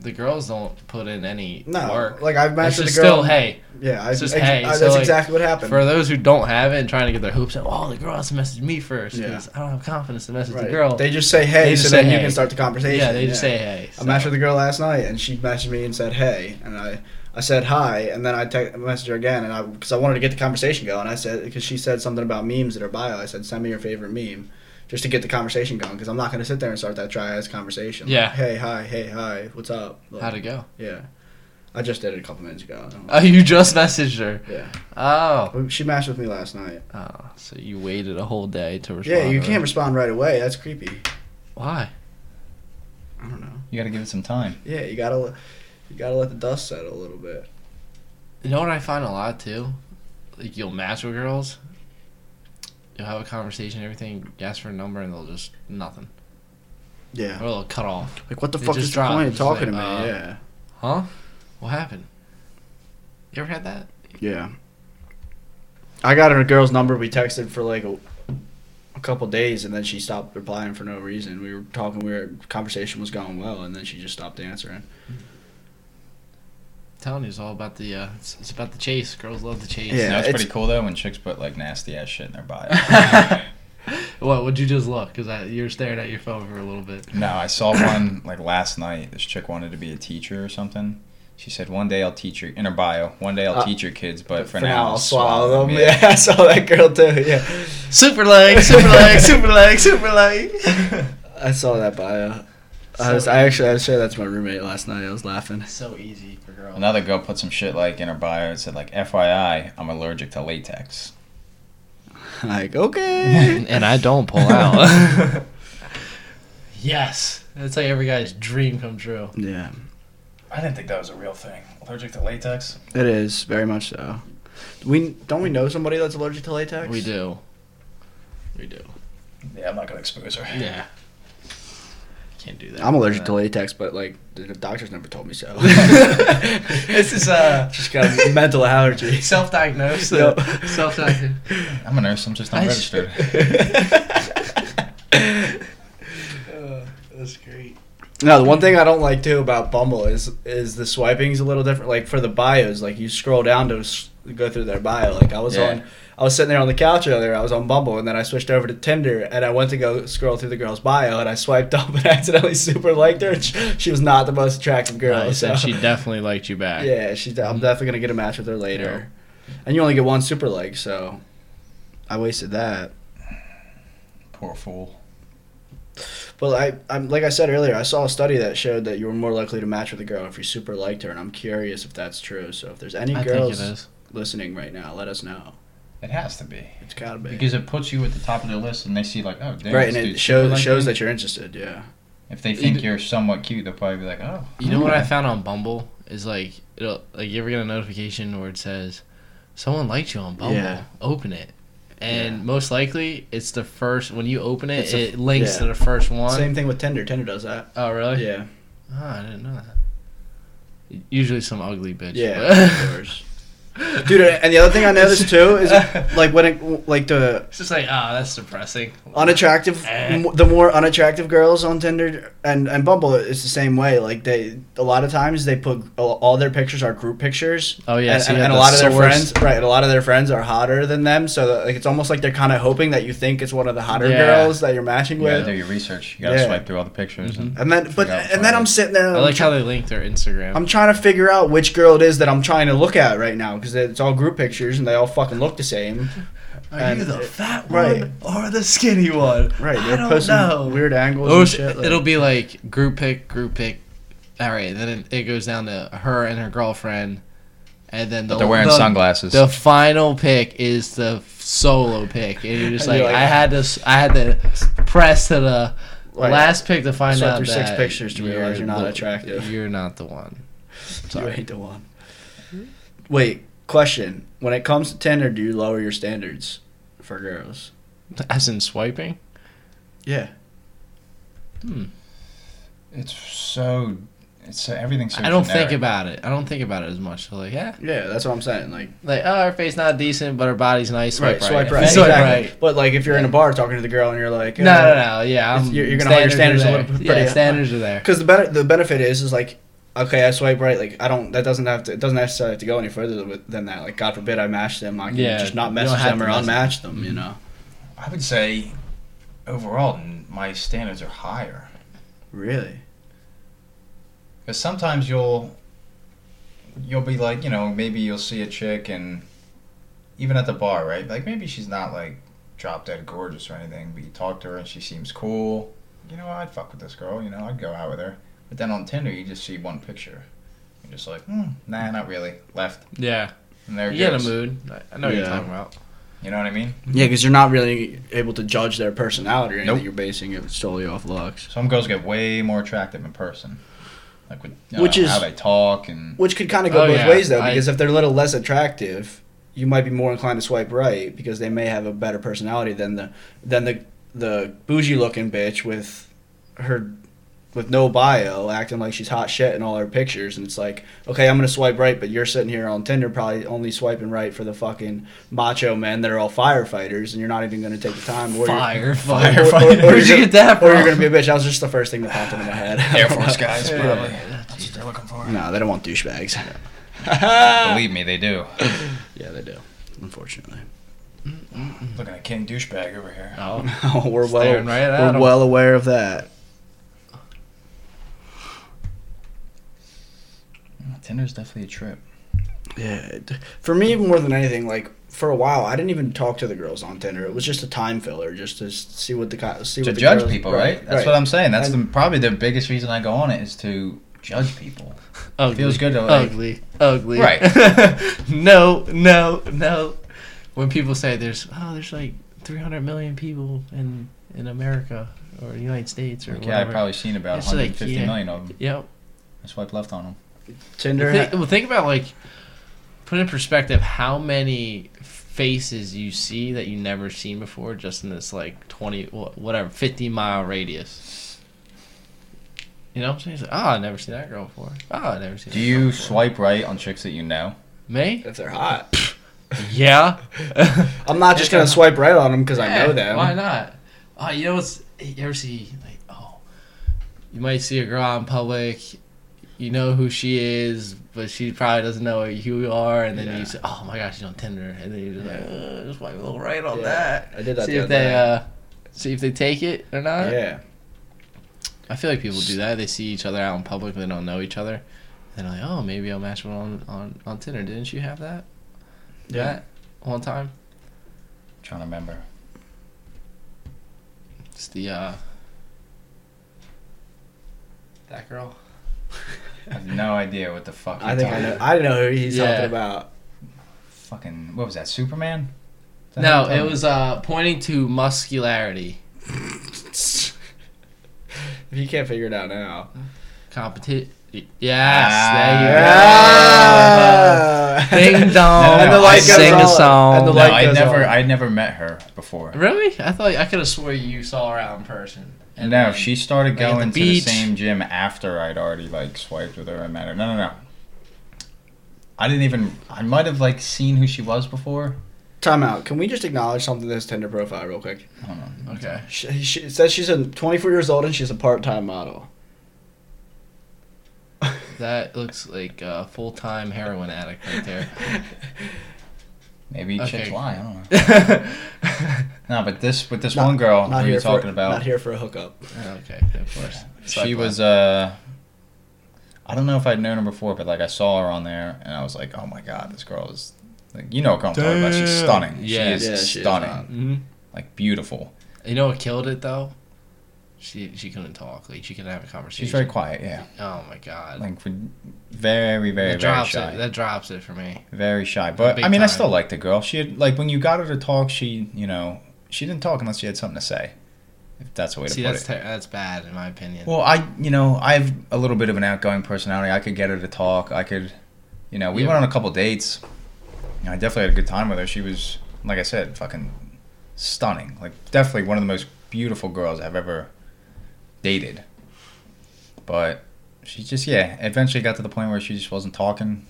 Speaker 3: The girls don't put in any
Speaker 2: No.
Speaker 3: work.
Speaker 2: Like I've
Speaker 3: It's
Speaker 2: matched with
Speaker 3: just
Speaker 2: a girl.
Speaker 3: still hey.
Speaker 2: yeah, I,
Speaker 3: it's just
Speaker 2: ex-
Speaker 3: hey,
Speaker 2: I-
Speaker 3: so,
Speaker 2: that's
Speaker 3: like,
Speaker 2: exactly what happened.
Speaker 3: For those who don't have it and trying to get their hoops up, oh, the girl has to message me first
Speaker 2: Yeah.
Speaker 3: because I don't have confidence to message
Speaker 2: Right.
Speaker 3: the girl.
Speaker 2: They just say hey,
Speaker 3: They
Speaker 2: so
Speaker 3: just
Speaker 2: then
Speaker 3: say,
Speaker 2: you
Speaker 3: hey.
Speaker 2: can start the conversation.
Speaker 3: yeah, they just say hey.
Speaker 2: I matched with a girl last night, and she messaged me and said hey, and I. I said hi, and then I te- messaged her again, and I because I wanted to get the conversation going. I said because she said something about memes in her bio. I said send me your favorite meme, just to get the conversation going. Because I'm not going to sit there and start that dry ass conversation. Like,
Speaker 3: Yeah.
Speaker 2: hey, hi, hey, hi, what's up? Like,
Speaker 3: How'd it go?
Speaker 2: Yeah. I just did it a couple minutes ago. I don't-
Speaker 3: Oh, you just messaged her.
Speaker 2: Yeah.
Speaker 3: Oh.
Speaker 2: Well, She matched with me last night.
Speaker 3: Oh, so you waited a whole day to respond.
Speaker 2: Yeah, you
Speaker 3: to
Speaker 2: can't
Speaker 3: her.
Speaker 2: respond right away. That's creepy.
Speaker 3: Why?
Speaker 2: I don't know.
Speaker 1: You gotta give it some time.
Speaker 2: Yeah, you gotta le- you gotta let the dust settle a little bit.
Speaker 3: You know what I find a lot too? Like you'll match with girls, you'll have a conversation, everything, you ask for a number, and they'll just nothing,
Speaker 2: Yeah.
Speaker 3: or they'll cut off.
Speaker 2: Like what the
Speaker 3: It
Speaker 2: fuck
Speaker 3: just
Speaker 2: is the
Speaker 3: dropped.
Speaker 2: point of
Speaker 3: It's
Speaker 2: talking
Speaker 3: like,
Speaker 2: to me?
Speaker 3: uh,
Speaker 2: yeah.
Speaker 3: Huh? What happened? You ever had that?
Speaker 2: Yeah. I got her girl's number. We texted for like a, a couple days, and then she stopped replying for no reason. We were talking. We were conversation was going well, and then she just stopped answering.
Speaker 3: I'm telling you, it's all about the. Uh, it's, it's about the chase. Girls love the chase.
Speaker 1: you
Speaker 2: Yeah.
Speaker 1: know, it's,
Speaker 2: it's-
Speaker 1: pretty cool though when chicks put like nasty ass shit in their
Speaker 3: [laughs]
Speaker 1: bio.
Speaker 3: What? Would you just look? Cause I, you're staring at your phone for a little bit.
Speaker 1: no, I saw one like last night. This chick wanted to be a teacher or something. She said, "One day I'll teach your in her bio. One day I'll
Speaker 2: Uh,
Speaker 1: teach your kids, but for, now, I'll
Speaker 2: swallow them.
Speaker 1: Yeah.
Speaker 2: yeah, [laughs] I saw that girl too. Yeah.
Speaker 3: Super leg, super leg, super leg, super leg.
Speaker 2: I saw that bio. I
Speaker 3: So-
Speaker 2: was I actually I was sure that's my roommate last night. I was laughing. [laughs]
Speaker 3: [laughs] so easy for
Speaker 1: [laughs]
Speaker 3: girls.
Speaker 1: Another girl put some shit like in her bio. It said like, "FYI, I'm allergic to latex."
Speaker 2: Like
Speaker 3: [laughs]
Speaker 2: okay.
Speaker 3: and I don't pull out. yes, that's like every guy's dream come true.
Speaker 2: yeah,
Speaker 1: I didn't think that was a real thing. Allergic to latex?
Speaker 2: it is very much so. We don't we know somebody that's allergic to latex?
Speaker 3: We do. We do.
Speaker 1: Yeah, I'm not gonna expose her.
Speaker 3: Yeah. Can't do that.
Speaker 2: I'm allergic to
Speaker 3: Uh,
Speaker 2: latex, but like the doctors never told me so.
Speaker 3: [laughs] This is uh,
Speaker 2: Just got a mental
Speaker 3: [laughs]
Speaker 2: allergy. [laughs]
Speaker 3: self-diagnosed.
Speaker 2: Yep.
Speaker 3: [laughs] Self-diagnosed.
Speaker 1: [laughs] I'm a nurse. I'm just not
Speaker 3: I sh- [laughs]
Speaker 1: registered. [laughs]
Speaker 3: Uh, that's great.
Speaker 2: No, the one thing I don't like too about Bumble is is the swiping's a little different. Like for the bios, like you scroll down to s- go through their bio. Like I was
Speaker 1: Yeah.
Speaker 2: on, I was sitting there on the couch earlier. I was on Bumble, and then I switched over to Tinder, and I went to go scroll through the girl's bio, and I swiped [laughs] up and accidentally super liked her. and sh- She was not the most attractive girl.
Speaker 3: Nice,
Speaker 2: so.
Speaker 3: and Uh, she definitely liked you
Speaker 2: [laughs]
Speaker 3: back.
Speaker 2: yeah, she. de- I'm definitely gonna get a match with her later, and you only get one super like, so I wasted that.
Speaker 1: Poor fool.
Speaker 2: Well, I, I'm like I said earlier, I saw a study that showed that you were more likely to match with a girl if you super liked her, and I'm curious if that's true. So if there's any
Speaker 3: I think it
Speaker 2: girls
Speaker 3: is.
Speaker 2: listening right now, let us know.
Speaker 1: It has to be
Speaker 2: It's gotta be
Speaker 1: because it puts you at the top of their list, and they see like, oh, damn,
Speaker 2: right,
Speaker 1: this
Speaker 2: and it
Speaker 1: dude's
Speaker 2: shows
Speaker 1: super like
Speaker 2: shows
Speaker 1: me.
Speaker 2: that you're interested. Yeah,
Speaker 1: If they
Speaker 3: You
Speaker 1: think
Speaker 3: d-
Speaker 1: you're somewhat cute, they'll probably be like, oh.
Speaker 3: You know
Speaker 1: [laughs]
Speaker 3: what I
Speaker 1: okay.
Speaker 3: found on Bumble is like it'll like you ever get a notification where it says someone liked you on Bumble.
Speaker 2: Yeah.
Speaker 3: Open it. And
Speaker 2: Yeah.
Speaker 3: most likely it's the first when you open it
Speaker 2: It's a-
Speaker 3: it links
Speaker 2: yeah.
Speaker 3: to the first one.
Speaker 2: same thing with Tinder. Tinder does that.
Speaker 3: Oh really? Ah,
Speaker 2: Yeah,
Speaker 3: Oh, I didn't know that. Usually some ugly bitch. [laughs]
Speaker 2: yeah, of course. dude. And the other thing I noticed too is like when it, like the
Speaker 3: It's just like, ah, that's depressing.
Speaker 2: unattractive,
Speaker 3: Eh.
Speaker 2: m- the more unattractive girls on Tinder and and Bumble, it's the same way. Like they, a lot of times they put all all their pictures are group pictures.
Speaker 3: Oh, yeah,
Speaker 2: and,
Speaker 3: so you
Speaker 2: and-
Speaker 3: have
Speaker 2: and a
Speaker 3: the
Speaker 2: lot of their
Speaker 3: source.
Speaker 2: friends, right? And a lot of their friends are hotter than them, so that, like it's almost like they're kind of hoping that you think it's one of the hotter
Speaker 3: Yeah.
Speaker 2: girls that you're matching
Speaker 1: You gotta
Speaker 2: with.
Speaker 1: do your research. You gotta
Speaker 2: Yeah.
Speaker 1: swipe through all the pictures.
Speaker 3: Mm-hmm.
Speaker 1: And
Speaker 2: And then, but
Speaker 1: Figure out
Speaker 2: and then
Speaker 1: why.
Speaker 2: I'm sitting there. And
Speaker 3: I
Speaker 2: I'm
Speaker 3: like
Speaker 2: try-
Speaker 3: how they link their Instagram.
Speaker 2: I'm trying to figure out which girl it is that I'm trying to look at right now because it's all group pictures and they all fucking look the same.
Speaker 3: Are you
Speaker 2: and-
Speaker 3: the fat
Speaker 2: right.
Speaker 3: one or the skinny one?
Speaker 2: Right,
Speaker 3: I
Speaker 2: they're
Speaker 3: don't
Speaker 2: posting
Speaker 3: know.
Speaker 2: weird angles
Speaker 3: Or
Speaker 2: and
Speaker 3: s-
Speaker 2: shit. like-
Speaker 3: Oh, it'll be like group pick, group pick. All right, then it, it goes down to her and her girlfriend, and then the,
Speaker 1: But they're wearing
Speaker 3: the,
Speaker 1: sunglasses.
Speaker 3: The final pick is the f- solo pick, and you're just
Speaker 2: And
Speaker 3: like,
Speaker 2: you're like- "Ah."
Speaker 3: I had to, s- I had to press to the
Speaker 2: Right.
Speaker 3: last pick to find
Speaker 2: Swipe
Speaker 3: out
Speaker 2: through
Speaker 3: that
Speaker 2: six pictures to realize you're not
Speaker 3: the-
Speaker 2: attractive.
Speaker 3: You're not the one.
Speaker 2: You
Speaker 3: Sorry.
Speaker 2: ain't the one. Wait, question. When it comes to Tinder, do you lower your standards for girls?
Speaker 3: As in swiping.
Speaker 2: Yeah.
Speaker 3: Hmm.
Speaker 1: it's so. It's so, everything's so
Speaker 3: I don't
Speaker 1: generic.
Speaker 3: think about it. I don't think about it as much. So like, yeah,
Speaker 2: Yeah, that's what I'm saying. Like,
Speaker 3: like oh, her face not decent, but her body's nice. Swipe right.
Speaker 2: swipe right.
Speaker 3: Swipe
Speaker 2: Exactly.
Speaker 3: right.
Speaker 2: But, like, if you're in a bar talking to the girl and you're like, uh,
Speaker 3: No, no, no. Yeah,
Speaker 2: It's-
Speaker 3: I'm,
Speaker 2: you're- you're gonna hold your standards a
Speaker 3: are
Speaker 2: little
Speaker 3: there.
Speaker 2: bit
Speaker 3: Yeah,
Speaker 2: pretty-
Speaker 3: standards
Speaker 2: [laughs]
Speaker 3: are there.
Speaker 2: Because the, ben- the benefit is, is like, okay, I swipe right. Like, I don't, that doesn't have to, it doesn't necessarily have to go any further with- than that. Like, God forbid I match them. I can
Speaker 3: Yeah,
Speaker 2: just not
Speaker 3: you don't
Speaker 2: message
Speaker 3: have
Speaker 2: them
Speaker 3: to
Speaker 2: or
Speaker 3: message.
Speaker 2: unmatch them, you know?
Speaker 1: I would say, overall, n- my standards are higher.
Speaker 2: Really?
Speaker 1: Because sometimes you'll you'll be like, you know, maybe you'll see a chick and even at the bar, right? Like maybe she's not like drop dead gorgeous or anything, but you talk to her and she seems cool. You know, I'd fuck with this girl. You know, I'd go out with her. But then on Tinder, you just see one picture. You're just like, hmm, nah, not really. Left.
Speaker 3: Yeah,
Speaker 1: And there
Speaker 3: you
Speaker 1: it
Speaker 3: get a
Speaker 1: goes.
Speaker 3: mood. I- I know what you're
Speaker 2: Yeah.
Speaker 3: talking about.
Speaker 1: You know what I mean?
Speaker 2: Yeah, because you're not really able to judge their personality or anything.
Speaker 1: Nope.
Speaker 2: You're basing it solely off looks.
Speaker 1: Some girls get way more attractive in person. Like with you
Speaker 2: Which
Speaker 1: know,
Speaker 2: is-
Speaker 1: how they talk and
Speaker 2: Which could kind of go
Speaker 3: Oh,
Speaker 2: both
Speaker 3: yeah.
Speaker 2: ways though,
Speaker 3: I-
Speaker 2: because if they're a little less attractive, you might be more inclined to swipe right because they may have a better personality than the than the the bougie looking bitch with her with no bio acting like she's hot shit in all her pictures and it's like okay i'm gonna swipe right but you're sitting here on tinder probably only swiping right for the fucking macho men that are all firefighters and you're not even gonna take the time or you're-
Speaker 1: [laughs]
Speaker 2: [laughs]
Speaker 3: Fire,
Speaker 2: or-
Speaker 3: fire,
Speaker 2: or-
Speaker 3: fire.
Speaker 2: or
Speaker 3: Where'd you
Speaker 2: you're-
Speaker 3: get that from?
Speaker 2: or you're gonna be a bitch that was just the first thing that popped into my head [laughs]
Speaker 1: Air Force guys,
Speaker 2: Yeah.
Speaker 3: Oh,
Speaker 1: probably. That's what they're [laughs] looking for.
Speaker 2: no they don't want douchebags [laughs]
Speaker 1: Believe me, they do.
Speaker 2: Yeah, they do. Unfortunately,
Speaker 1: Looking at King Douchebag over here.
Speaker 3: Oh,
Speaker 2: [laughs] we're well
Speaker 3: Staring right at
Speaker 2: we're
Speaker 3: 'em.
Speaker 2: well aware of that.
Speaker 1: Tinder's definitely a trip.
Speaker 2: Yeah, it- for me more than anything, like for a while, I didn't even talk to the girls on Tinder. It was just a time filler, just to s- see what the co- see
Speaker 1: To
Speaker 2: what the
Speaker 1: judge
Speaker 2: girls-
Speaker 1: people, right? That's what I'm saying. That's
Speaker 2: And-
Speaker 1: the, probably the biggest reason I go on it is to judge people.
Speaker 3: ugly,
Speaker 1: Feels good to, like-
Speaker 3: ugly, ugly.
Speaker 1: Right.
Speaker 3: [laughs] no, no, no. When people say there's oh there's like 300 million people in in America or the United States or
Speaker 1: Like, yeah, I've
Speaker 3: whatever.
Speaker 1: probably seen about
Speaker 3: It's like,
Speaker 1: 150
Speaker 3: yeah.
Speaker 1: million of them.
Speaker 3: Yep.
Speaker 1: I swipe left on them.
Speaker 2: Tinder.
Speaker 3: Think, well, think about like put in perspective how many faces you see that you never seen before just in this like 20 wh- whatever 50 mile radius you know what i'm saying It's like, oh i never seen that girl before oh i never seen
Speaker 1: Do
Speaker 3: that girl
Speaker 1: you
Speaker 3: before."
Speaker 1: swipe right on chicks that you know?
Speaker 3: me
Speaker 2: if they're hot,
Speaker 1: [laughs]
Speaker 3: yeah
Speaker 2: I'm not just gonna swipe right on them because I know
Speaker 3: Yeah,
Speaker 2: them.
Speaker 3: why not oh you know what's you ever see like oh you might see a girl out in public you know who she is, but she probably doesn't know who you are, and then
Speaker 2: Yeah.
Speaker 3: you say, "Oh my gosh, she's on Tinder," and then you're just like, "Ugh, "Just wipe a little right on
Speaker 2: Yeah,
Speaker 3: that."
Speaker 2: I did that.
Speaker 3: see
Speaker 2: the
Speaker 3: if
Speaker 2: other
Speaker 3: they
Speaker 2: day.
Speaker 3: uh, see if they take it or not.
Speaker 2: yeah,
Speaker 3: I feel like people do that. They see each other out in public, they don't know each other. And they're like, "Oh, maybe I'll match one on on, on Tinder." Didn't you have that?
Speaker 2: Yeah.
Speaker 3: That one time.
Speaker 1: trying to remember.
Speaker 3: It's the uh, that girl.
Speaker 1: I have no idea what the fuck you're
Speaker 2: I think I
Speaker 1: talking
Speaker 2: know. I know who he's
Speaker 3: Yeah.
Speaker 2: talking about. [laughs]
Speaker 1: Fucking, what was that, Superman? Is that
Speaker 3: No,
Speaker 1: what you're
Speaker 3: it was uh, pointing to muscularity,
Speaker 2: if you can't figure it out now,
Speaker 3: competition. Yes,
Speaker 1: Ah.
Speaker 3: there you
Speaker 2: Ah.
Speaker 3: go. Ding dong.
Speaker 2: And the light goes
Speaker 3: Sing a
Speaker 2: on.
Speaker 3: song.
Speaker 2: And the
Speaker 1: talking
Speaker 2: light
Speaker 1: about? No, I
Speaker 2: goes
Speaker 1: never,
Speaker 2: on.
Speaker 1: I never met her before.
Speaker 3: Really? I thought I could have swore you saw her out in person.
Speaker 1: And
Speaker 3: And
Speaker 1: no,
Speaker 3: then-
Speaker 1: she started
Speaker 3: like, at the
Speaker 1: going to the
Speaker 3: beach.
Speaker 1: same gym after I'd already like swiped with her. I met her. No, no, no. I didn't even. I might have like seen who she was before.
Speaker 2: Time out. Can we just acknowledge something in this Tinder profile real quick?
Speaker 1: Hold on.
Speaker 3: Okay.
Speaker 2: She, she it says she's a 24 years old and she's a part-time model.
Speaker 3: That looks like a full time heroin addict right
Speaker 1: [laughs]
Speaker 2: [laughs]
Speaker 3: there.
Speaker 1: Maybe
Speaker 3: Okay.
Speaker 1: chicks lie. I don't know. No, but this with this one girl
Speaker 2: Not
Speaker 1: we
Speaker 2: here
Speaker 1: were talking
Speaker 2: for,
Speaker 1: about.
Speaker 2: Not here for a hookup.
Speaker 3: Oh, okay, of course.
Speaker 1: She was uh I don't know if I'd known her before, but like I saw her on there and I was like, Oh my god, this girl is like you know what girl I'm talking about. She's
Speaker 3: Damn.
Speaker 1: stunning.
Speaker 3: Yeah.
Speaker 1: she is
Speaker 2: Yeah, she is
Speaker 1: stunning.
Speaker 2: hot.
Speaker 3: hmm
Speaker 1: like beautiful.
Speaker 3: You know what killed it though? She she couldn't talk. Like she couldn't have a conversation.
Speaker 1: She's very quiet, yeah.
Speaker 3: Oh my god.
Speaker 1: Like for- very, very, very
Speaker 3: that drops
Speaker 1: shy.
Speaker 3: it. That drops it for me.
Speaker 1: very shy. But
Speaker 3: Big
Speaker 1: I mean I
Speaker 3: time.
Speaker 1: still liked the girl. She had like when you got her to talk, she you know she didn't talk unless she had something to say. If that's the way
Speaker 3: See,
Speaker 1: to put
Speaker 3: that's
Speaker 1: it.
Speaker 3: ter- that's bad in my opinion.
Speaker 1: Well, I you know I have a little bit of an outgoing personality. I could get her to talk. I could, you know, we
Speaker 3: Yeah.
Speaker 1: went on a couple dates. And I definitely had a good time with her. She was, like I said, fucking stunning. Like definitely one of the most beautiful girls I've ever dated. But she just yeah, eventually got to the point where she just wasn't talking.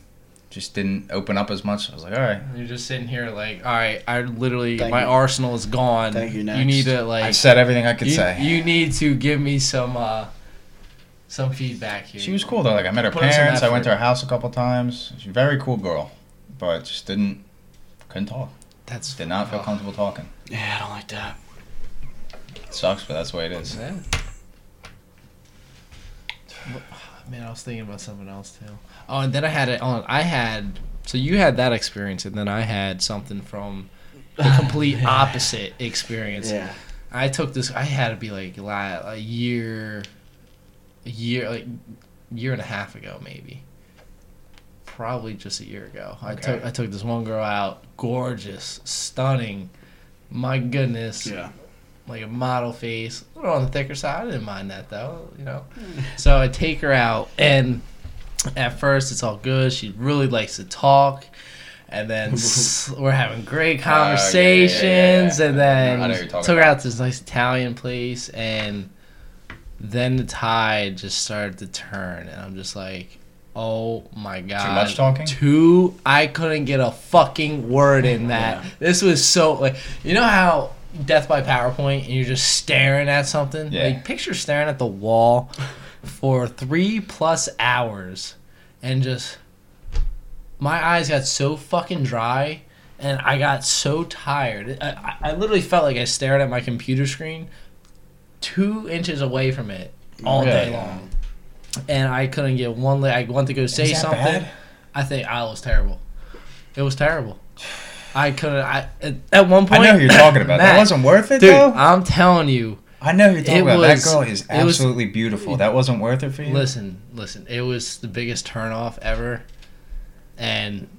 Speaker 1: Just didn't open up as much. I was like, all right.
Speaker 3: You're just sitting here like, all right, I literally
Speaker 2: Thank
Speaker 3: my
Speaker 2: you.
Speaker 3: arsenal is gone.
Speaker 2: Thank you,
Speaker 3: You
Speaker 2: next.
Speaker 3: need to
Speaker 1: I
Speaker 3: like
Speaker 1: said everything I could
Speaker 3: you,
Speaker 1: say.
Speaker 3: you need to give me some uh some feedback here.
Speaker 1: She was cool though. Like I met her
Speaker 3: Put in some
Speaker 1: parents. I went
Speaker 3: effort.
Speaker 1: to her house a couple times. She's a very cool girl, but just didn't couldn't talk.
Speaker 3: That's
Speaker 1: Did not feel
Speaker 3: oh,
Speaker 1: comfortable talking.
Speaker 2: Yeah, I don't like that.
Speaker 1: It sucks, but that's the way it is.
Speaker 3: Man. What- Man, I was thinking about something else too. Oh, and then I had it on. I had so you had that experience, and then I had something from the complete opposite experience.
Speaker 2: Yeah.
Speaker 3: I took this. I had to be like la a year, a year, like year and a half ago, maybe. Probably just a year ago. I
Speaker 1: Okay.
Speaker 3: took I took this one girl out. Gorgeous, stunning. My goodness,
Speaker 2: Yeah.
Speaker 3: like a model face, a little on the thicker side. I didn't mind that though, you know.
Speaker 1: Hmm.
Speaker 3: so I take her out, and at first it's all good. She really likes to talk, and
Speaker 1: [laughs]
Speaker 3: then s- we're having great
Speaker 1: Oh, yeah, yeah, yeah, yeah.
Speaker 3: conversations,
Speaker 1: I
Speaker 3: and
Speaker 1: know- I know what
Speaker 3: then
Speaker 1: you're talking
Speaker 3: took her out to this nice Italian place, and then the tide just started to turn, and I'm just like. Oh my god.
Speaker 1: much talking?
Speaker 3: Too I couldn't get a fucking word
Speaker 1: Oh,
Speaker 3: in that. This was so like you know how death by PowerPoint and you're just staring at something?
Speaker 1: Yeah.
Speaker 3: Like picture staring at the wall for three plus hours and just my eyes got so fucking dry and I got so tired. I, I I literally felt like I stared at my computer screen two inches away from it all
Speaker 1: Yeah.
Speaker 3: day long. And I couldn't get one. Li- I went to go say
Speaker 1: that
Speaker 3: something.
Speaker 1: bad?
Speaker 3: I think I was terrible. It was terrible. I couldn't. I at- at one
Speaker 1: I
Speaker 3: point.
Speaker 1: know who you're talking about.
Speaker 3: Matt,
Speaker 1: that wasn't worth it
Speaker 3: Dude,
Speaker 1: though.
Speaker 3: I'm telling you.
Speaker 1: I know who you're talking
Speaker 3: it
Speaker 1: about.
Speaker 3: was-
Speaker 1: that girl is
Speaker 3: it was-
Speaker 1: absolutely beautiful. That wasn't worth it for you.
Speaker 3: Listen, listen. It was the biggest turnoff ever, and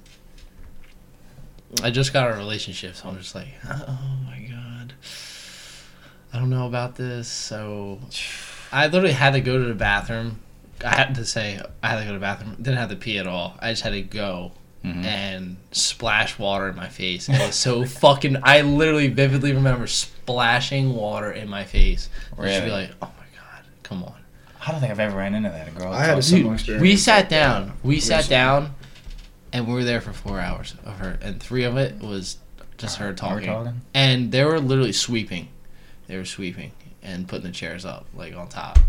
Speaker 3: I just got a relationship, so I'm just like, oh my god, I don't know about this. So
Speaker 1: Mm-hmm.
Speaker 3: I literally had to go to the bathroom. I had to say I had to go to the bathroom. Didn't have to pee at all. I just had to go
Speaker 1: Mhm.
Speaker 3: and splash water in my face. It was [laughs] so fucking. I literally vividly remember splashing water in my face. I should be
Speaker 1: Really?
Speaker 3: like, oh my god, come on.
Speaker 1: I don't think I've ever ran into that girl.
Speaker 2: I had a
Speaker 1: Talk-
Speaker 2: similar
Speaker 3: Dude,
Speaker 2: experience.
Speaker 3: We sat down. We
Speaker 2: sat-
Speaker 3: sat down, and we were there for four hours of her, and three of it was just
Speaker 1: Are
Speaker 3: her
Speaker 1: we
Speaker 3: talking.
Speaker 1: talking?
Speaker 3: And they were literally sweeping. They were sweeping and putting the chairs up, like on top.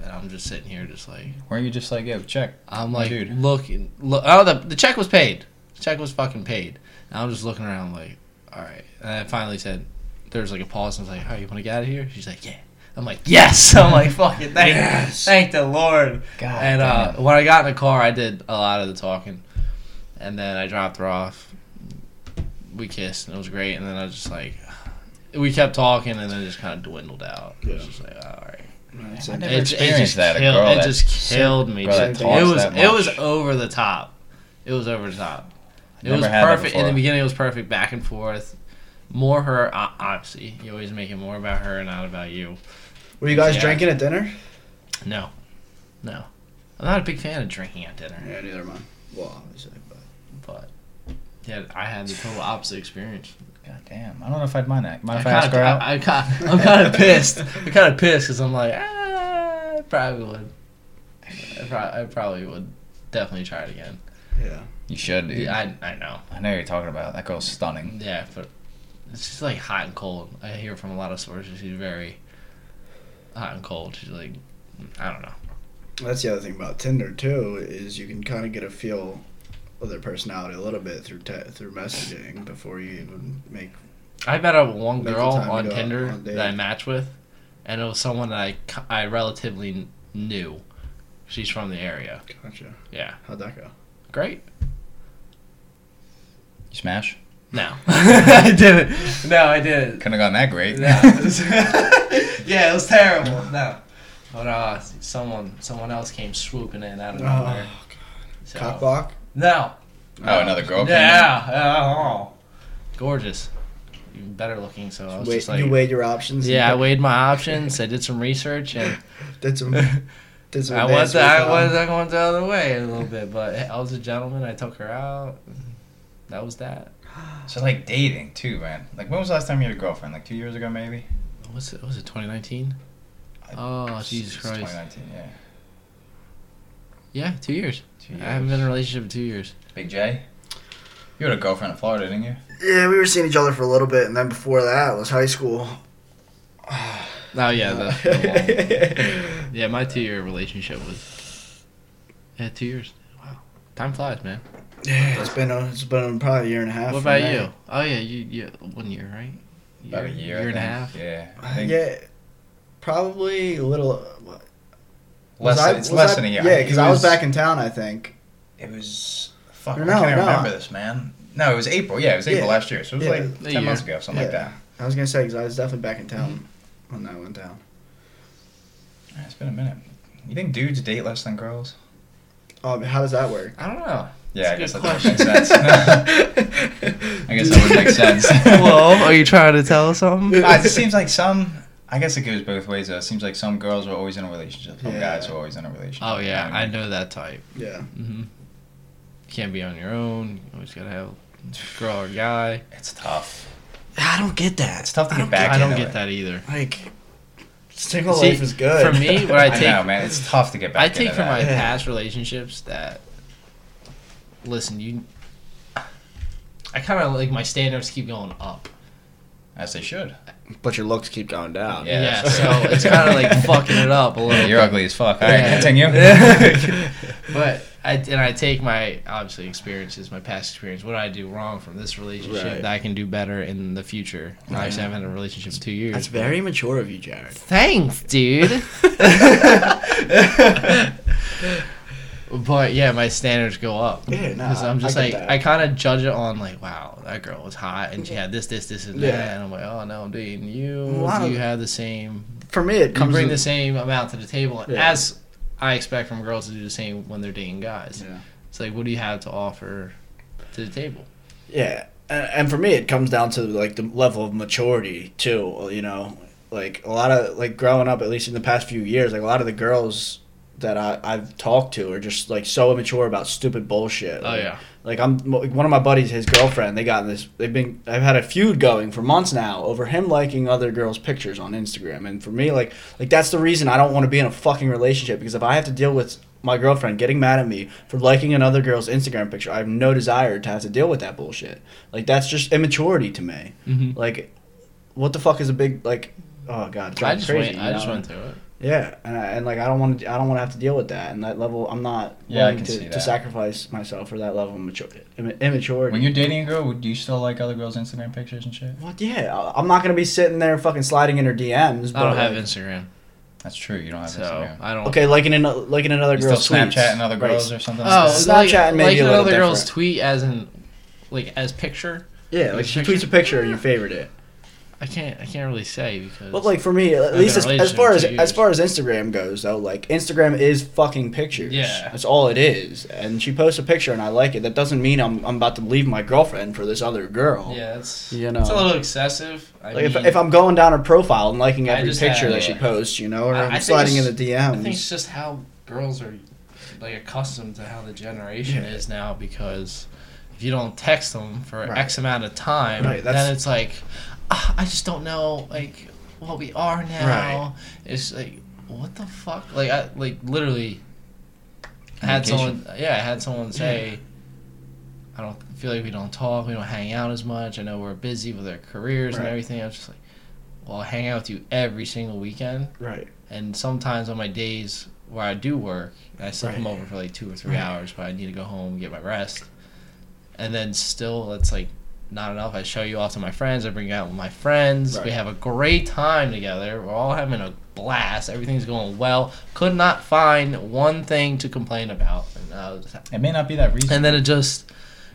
Speaker 3: And I'm just sitting here, just like
Speaker 1: Weren't you just like, yo, check?
Speaker 3: I'm like
Speaker 1: Dude.
Speaker 3: looking. Look, oh, the the check was paid. The check was fucking paid. And I'm just looking around, like, all right. And I finally said, "There's like a pause." And I was like, "All right, you want to get out of here?" She's like, "Yeah." I'm like, "Yes." [laughs] I'm like, "Fucking thank,
Speaker 2: Yes.
Speaker 3: thank the Lord."
Speaker 1: God
Speaker 3: and uh,
Speaker 1: damn.
Speaker 3: when I got in the car, I did a lot of the talking, and then I dropped her off. We kissed, and it was great. And then I was just like, we kept talking, and then it just kind of dwindled out. It was
Speaker 2: Yeah.
Speaker 3: just like, all right.
Speaker 1: I
Speaker 2: Right.
Speaker 1: never
Speaker 3: It- it
Speaker 1: experienced
Speaker 3: just
Speaker 1: that. A
Speaker 3: killed-
Speaker 1: girl
Speaker 3: it
Speaker 1: that
Speaker 3: just killed me.
Speaker 1: girl that
Speaker 3: dude.
Speaker 1: talks
Speaker 3: it was
Speaker 1: that
Speaker 3: it was
Speaker 1: much.
Speaker 3: over the top. It was over the top. It
Speaker 1: Never
Speaker 3: was
Speaker 1: had that
Speaker 3: perfect in the
Speaker 1: before.
Speaker 3: beginning. It was perfect back and forth. More her, o- obviously. You always make it more about her and not about you.
Speaker 2: Were you guys
Speaker 3: Yeah.
Speaker 2: drinking at dinner?
Speaker 3: No, no. I'm not a big fan of drinking at dinner,
Speaker 2: Yeah, neither am I. Well, obviously, but
Speaker 3: but yeah, I had the total opposite experience.
Speaker 1: God damn. I don't know if I'd mind that. Mind
Speaker 3: I
Speaker 1: if I ask
Speaker 3: kind
Speaker 1: her
Speaker 3: of,
Speaker 1: out?
Speaker 3: I, I, ki- I'm
Speaker 1: [laughs]
Speaker 3: kind of pissed. I'm kind of pissed because I'm like, ah, I probably would. I, pro- I probably would definitely try it again.
Speaker 2: Yeah.
Speaker 1: You should. Dude. I,
Speaker 3: I I know.
Speaker 1: I know you're talking about. That girl's stunning.
Speaker 3: Yeah, but she's like hot and cold. I hear from a lot of sources she's very hot and cold. She's like, I don't know.
Speaker 2: That's the other thing about Tinder too is you can kind of get a feel of their personality a little bit through te- through messaging before you even make.
Speaker 3: I met up with one
Speaker 2: Make the
Speaker 3: girl
Speaker 2: time to
Speaker 3: on
Speaker 2: go out
Speaker 3: Tinder
Speaker 2: on
Speaker 3: that I
Speaker 2: date.
Speaker 3: matched with, and it was someone that I c- I relatively kn- knew. She's from the area.
Speaker 2: Gotcha.
Speaker 3: Yeah,
Speaker 2: How'd that go?
Speaker 3: great.
Speaker 1: You smash?
Speaker 2: [laughs]
Speaker 3: No, [laughs] I didn't. No, I didn't.
Speaker 1: Couldn't have gotten that great.
Speaker 3: No. [laughs] yeah, it was terrible. No. But uh, someone someone else came swooping in out of nowhere. So-
Speaker 2: Oh, Cockblock.
Speaker 3: No.
Speaker 1: [laughs] Oh, another girl. came
Speaker 3: Yeah. yeah, oh. Gorgeous. Even better looking. So I was
Speaker 2: Wait,
Speaker 3: just like,
Speaker 2: you weighed your options. and
Speaker 3: yeah, I weighed my options. I did some research, and
Speaker 2: Did
Speaker 3: [laughs]
Speaker 2: some. Did some
Speaker 3: I was
Speaker 2: advanced
Speaker 3: I
Speaker 2: recon.
Speaker 3: was I went the other way a little bit, but I was a gentleman. I took her out. That was that.
Speaker 1: in. So like dating too, man. Like when was the last time you had a girlfriend? Like two years ago, maybe.
Speaker 3: What's it? Was it 2019? Oh,
Speaker 1: It's-
Speaker 3: Jesus
Speaker 1: it's
Speaker 3: Christ.
Speaker 1: 2019. Yeah.
Speaker 3: Yeah, two years.
Speaker 1: Two years.
Speaker 3: I haven't been in a relationship in two years.
Speaker 1: Big J. You had a girlfriend in Florida,
Speaker 3: [laughs]
Speaker 1: didn't you?
Speaker 2: Yeah, we were seeing each other for a little bit, and then before that was high school.
Speaker 3: Oh yeah, the, the long- Yeah, my two year relationship was yeah, two years. Wow, time flies, man.
Speaker 2: yeah, it's been a, it's been probably a year and a half.
Speaker 3: what
Speaker 2: from
Speaker 3: about
Speaker 2: there.
Speaker 3: you? Oh yeah, you, you one year, right?
Speaker 1: About a year. I
Speaker 3: year and a
Speaker 1: think.
Speaker 3: half.
Speaker 1: Yeah. I think
Speaker 2: Yeah, probably a little. uh, Less
Speaker 1: Less. than it's less than a year.
Speaker 2: Yeah,
Speaker 1: It
Speaker 2: because I was back in town. I think.
Speaker 1: It was. Fuck.
Speaker 2: Or
Speaker 1: I
Speaker 2: no,
Speaker 1: can't even
Speaker 2: no.
Speaker 1: remember this, man. No, it was April. Yeah, it was April
Speaker 2: Yeah.
Speaker 1: last year. So it was
Speaker 2: Yeah.
Speaker 1: like
Speaker 3: A
Speaker 1: ten
Speaker 3: year.
Speaker 1: months ago, something like that.
Speaker 2: Yeah. I was gonna say because I was definitely back in
Speaker 3: Mm-hmm.
Speaker 2: town when that went down.
Speaker 1: Yeah, It's been a minute. You think dudes date less than girls?
Speaker 2: Um, how does that work?
Speaker 3: I don't [laughs] know.
Speaker 1: Yeah,
Speaker 3: That's a
Speaker 1: I
Speaker 3: good
Speaker 1: guess that doesn't make
Speaker 3: [laughs]
Speaker 1: sense. [laughs] I guess that would make sense.
Speaker 3: Well, are you trying to tell
Speaker 1: [laughs]
Speaker 3: us something? [laughs]
Speaker 1: Uh, it seems like some. I guess it goes both ways though. It seems like some girls are always in a relationship. Some
Speaker 2: Yeah.
Speaker 1: guys are always in a relationship.
Speaker 3: Oh yeah,
Speaker 1: You know what
Speaker 3: I
Speaker 1: mean?
Speaker 3: know that type.
Speaker 2: yeah,
Speaker 3: Mm-hmm. Can't be on your own. You always gotta have a girl or guy.
Speaker 1: It's tough.
Speaker 2: I don't get that.
Speaker 1: It's tough to get back.
Speaker 3: I don't
Speaker 1: into
Speaker 3: get
Speaker 1: it.
Speaker 3: that either.
Speaker 2: Like, single
Speaker 3: See,
Speaker 2: life is good
Speaker 3: for me,
Speaker 2: [laughs]
Speaker 3: what I
Speaker 1: I,
Speaker 3: take-
Speaker 1: know, man. It's tough to get back.
Speaker 3: I take
Speaker 1: into
Speaker 3: from my
Speaker 1: that.
Speaker 2: Yeah.
Speaker 3: past relationships that listen, you I kind of like my standards keep going up.
Speaker 1: as they should.
Speaker 2: but your looks keep going down.
Speaker 1: Yeah.
Speaker 3: Yeah, [laughs] so it's kind
Speaker 1: [laughs]
Speaker 3: of like fucking it up a little.
Speaker 1: Yeah, you're ugly as fuck. All right,
Speaker 3: Yeah.
Speaker 2: [laughs]
Speaker 1: continue.
Speaker 3: [laughs]
Speaker 1: [laughs]
Speaker 3: But I and I take my obviously experiences, my past experience, what I do wrong from this relationship
Speaker 2: Right.
Speaker 3: that I can do better in the future. And Obviously, I haven't had a relationship in two years.
Speaker 2: That's very mature of you, Jared. [laughs]
Speaker 3: Thanks, dude. [laughs] but yeah, my standards go up.
Speaker 2: Yeah, no,
Speaker 3: 'Cause I'm
Speaker 2: I-
Speaker 3: just
Speaker 2: I
Speaker 3: like
Speaker 2: get that.
Speaker 3: I kind of judge it on like, wow, that girl was hot and she had this, this, this, and that,
Speaker 2: Yeah.
Speaker 3: and I'm like, oh no, I'm dating you.
Speaker 2: A lot
Speaker 3: Do
Speaker 2: of-
Speaker 3: you have the same?
Speaker 2: For me, it
Speaker 3: You
Speaker 2: comes.
Speaker 3: bring
Speaker 2: in-
Speaker 3: the same amount to the table
Speaker 2: Yeah.
Speaker 3: as I expect from girls to do the same when they're dating guys.
Speaker 2: Yeah.
Speaker 3: It's like, what do you have to offer to the table?
Speaker 2: Yeah, and, and for me, it comes down to like the level of maturity too. You know, like a lot of like growing up, at least in the past few years, like a lot of the girls that I, I've talked to are just like so immature about stupid bullshit.
Speaker 3: Oh,
Speaker 2: Like-
Speaker 3: yeah.
Speaker 2: Like I'm like, one of my buddies, his girlfriend, they got in this. They've been I've had a feud going for months now over him liking other girls' pictures on Instagram, and for me, like like that's the reason I don't want to be in a fucking relationship because if I have to deal with my girlfriend getting mad at me for liking another girl's Instagram picture, I have no desire to have to deal with that bullshit. Like that's just immaturity to me.
Speaker 3: Mm-hmm.
Speaker 2: Like, what the fuck is a big like? Oh god, it
Speaker 3: I
Speaker 2: drives
Speaker 3: just
Speaker 2: me crazy,
Speaker 3: went.
Speaker 2: you
Speaker 3: I just
Speaker 2: know?
Speaker 3: went through it.
Speaker 2: Yeah, and I, and like I don't want to. I don't want to have to deal with that. And that level, I'm not
Speaker 1: Yeah, I
Speaker 2: willing
Speaker 1: can see
Speaker 2: to, to
Speaker 1: that.
Speaker 2: sacrifice myself for that level of mature, imma- immaturity.
Speaker 1: when you're dating a girl, would- do you still like other girls' Instagram pictures and shit?
Speaker 2: What? Yeah, I- I'm not gonna be sitting there fucking sliding in her DMs. But
Speaker 3: I don't have
Speaker 2: like,
Speaker 3: Instagram,
Speaker 1: That's true. You don't have
Speaker 3: so
Speaker 1: Instagram.
Speaker 3: I don't.
Speaker 2: Okay, like in another like in another
Speaker 1: You still
Speaker 2: girl's tweets.
Speaker 1: Snapchatting other
Speaker 2: Right.
Speaker 1: girls or something?
Speaker 3: Oh,
Speaker 1: like that?
Speaker 2: Snapchat
Speaker 3: like,
Speaker 2: may
Speaker 3: like
Speaker 2: be a little
Speaker 3: another girl's
Speaker 2: different.
Speaker 3: tweet as in, like as picture.
Speaker 2: Yeah, like
Speaker 3: Like
Speaker 2: she
Speaker 3: picture?
Speaker 2: tweets a picture and you favorite it.
Speaker 3: I can't. I can't really say because.
Speaker 2: But like for me, at
Speaker 3: been
Speaker 2: least
Speaker 3: in a
Speaker 2: as, as far as
Speaker 3: relationship two
Speaker 2: as far as Instagram goes, though, like Instagram is fucking pictures.
Speaker 3: Yeah.
Speaker 2: that's all it is. And she posts a picture and I like it. That doesn't mean I'm I'm about to leave my girlfriend for this other girl.
Speaker 3: yeah, it's
Speaker 2: you
Speaker 3: it's a
Speaker 2: know.
Speaker 3: little excessive. I
Speaker 2: Like if,
Speaker 3: mean,
Speaker 2: if I'm going down her profile and liking
Speaker 3: I
Speaker 2: every
Speaker 3: just
Speaker 2: picture
Speaker 3: had-
Speaker 2: that she
Speaker 1: yeah.
Speaker 2: posts, you know, or
Speaker 3: I-
Speaker 2: I'm
Speaker 3: I think
Speaker 2: sliding in
Speaker 3: it's-
Speaker 2: the
Speaker 3: I
Speaker 2: DMs.
Speaker 3: think it's just how girls are, like accustomed to how the generation
Speaker 2: Yeah.
Speaker 3: is now because. If you don't text them for
Speaker 2: Right.
Speaker 3: X amount of time,
Speaker 2: Right, that's-
Speaker 3: then it's like, "Ah, I just don't know like what we are now. It's like, what the fuck? Like I like literally had
Speaker 1: Communication.
Speaker 3: someone, yeah, I had someone say, I don't feel like we don't talk, we don't hang out as much. I know we're busy with our careers and
Speaker 2: Right.
Speaker 3: everything. I was just like, well, I'll hang out with you every single weekend.
Speaker 2: Right.
Speaker 3: And sometimes on my days where I do work, I still come
Speaker 2: Right.
Speaker 3: over for like two or three
Speaker 2: Right.
Speaker 3: hours, but I need to go home and get my rest. And then still, that's like not enough. I show you off to my friends. I bring you out with my friends. We
Speaker 2: Right.
Speaker 3: have a great time together. We're all having a blast. Everything's going well. Could not find one thing to complain about. And, I was,
Speaker 1: It may not be that reason.
Speaker 3: and then it just,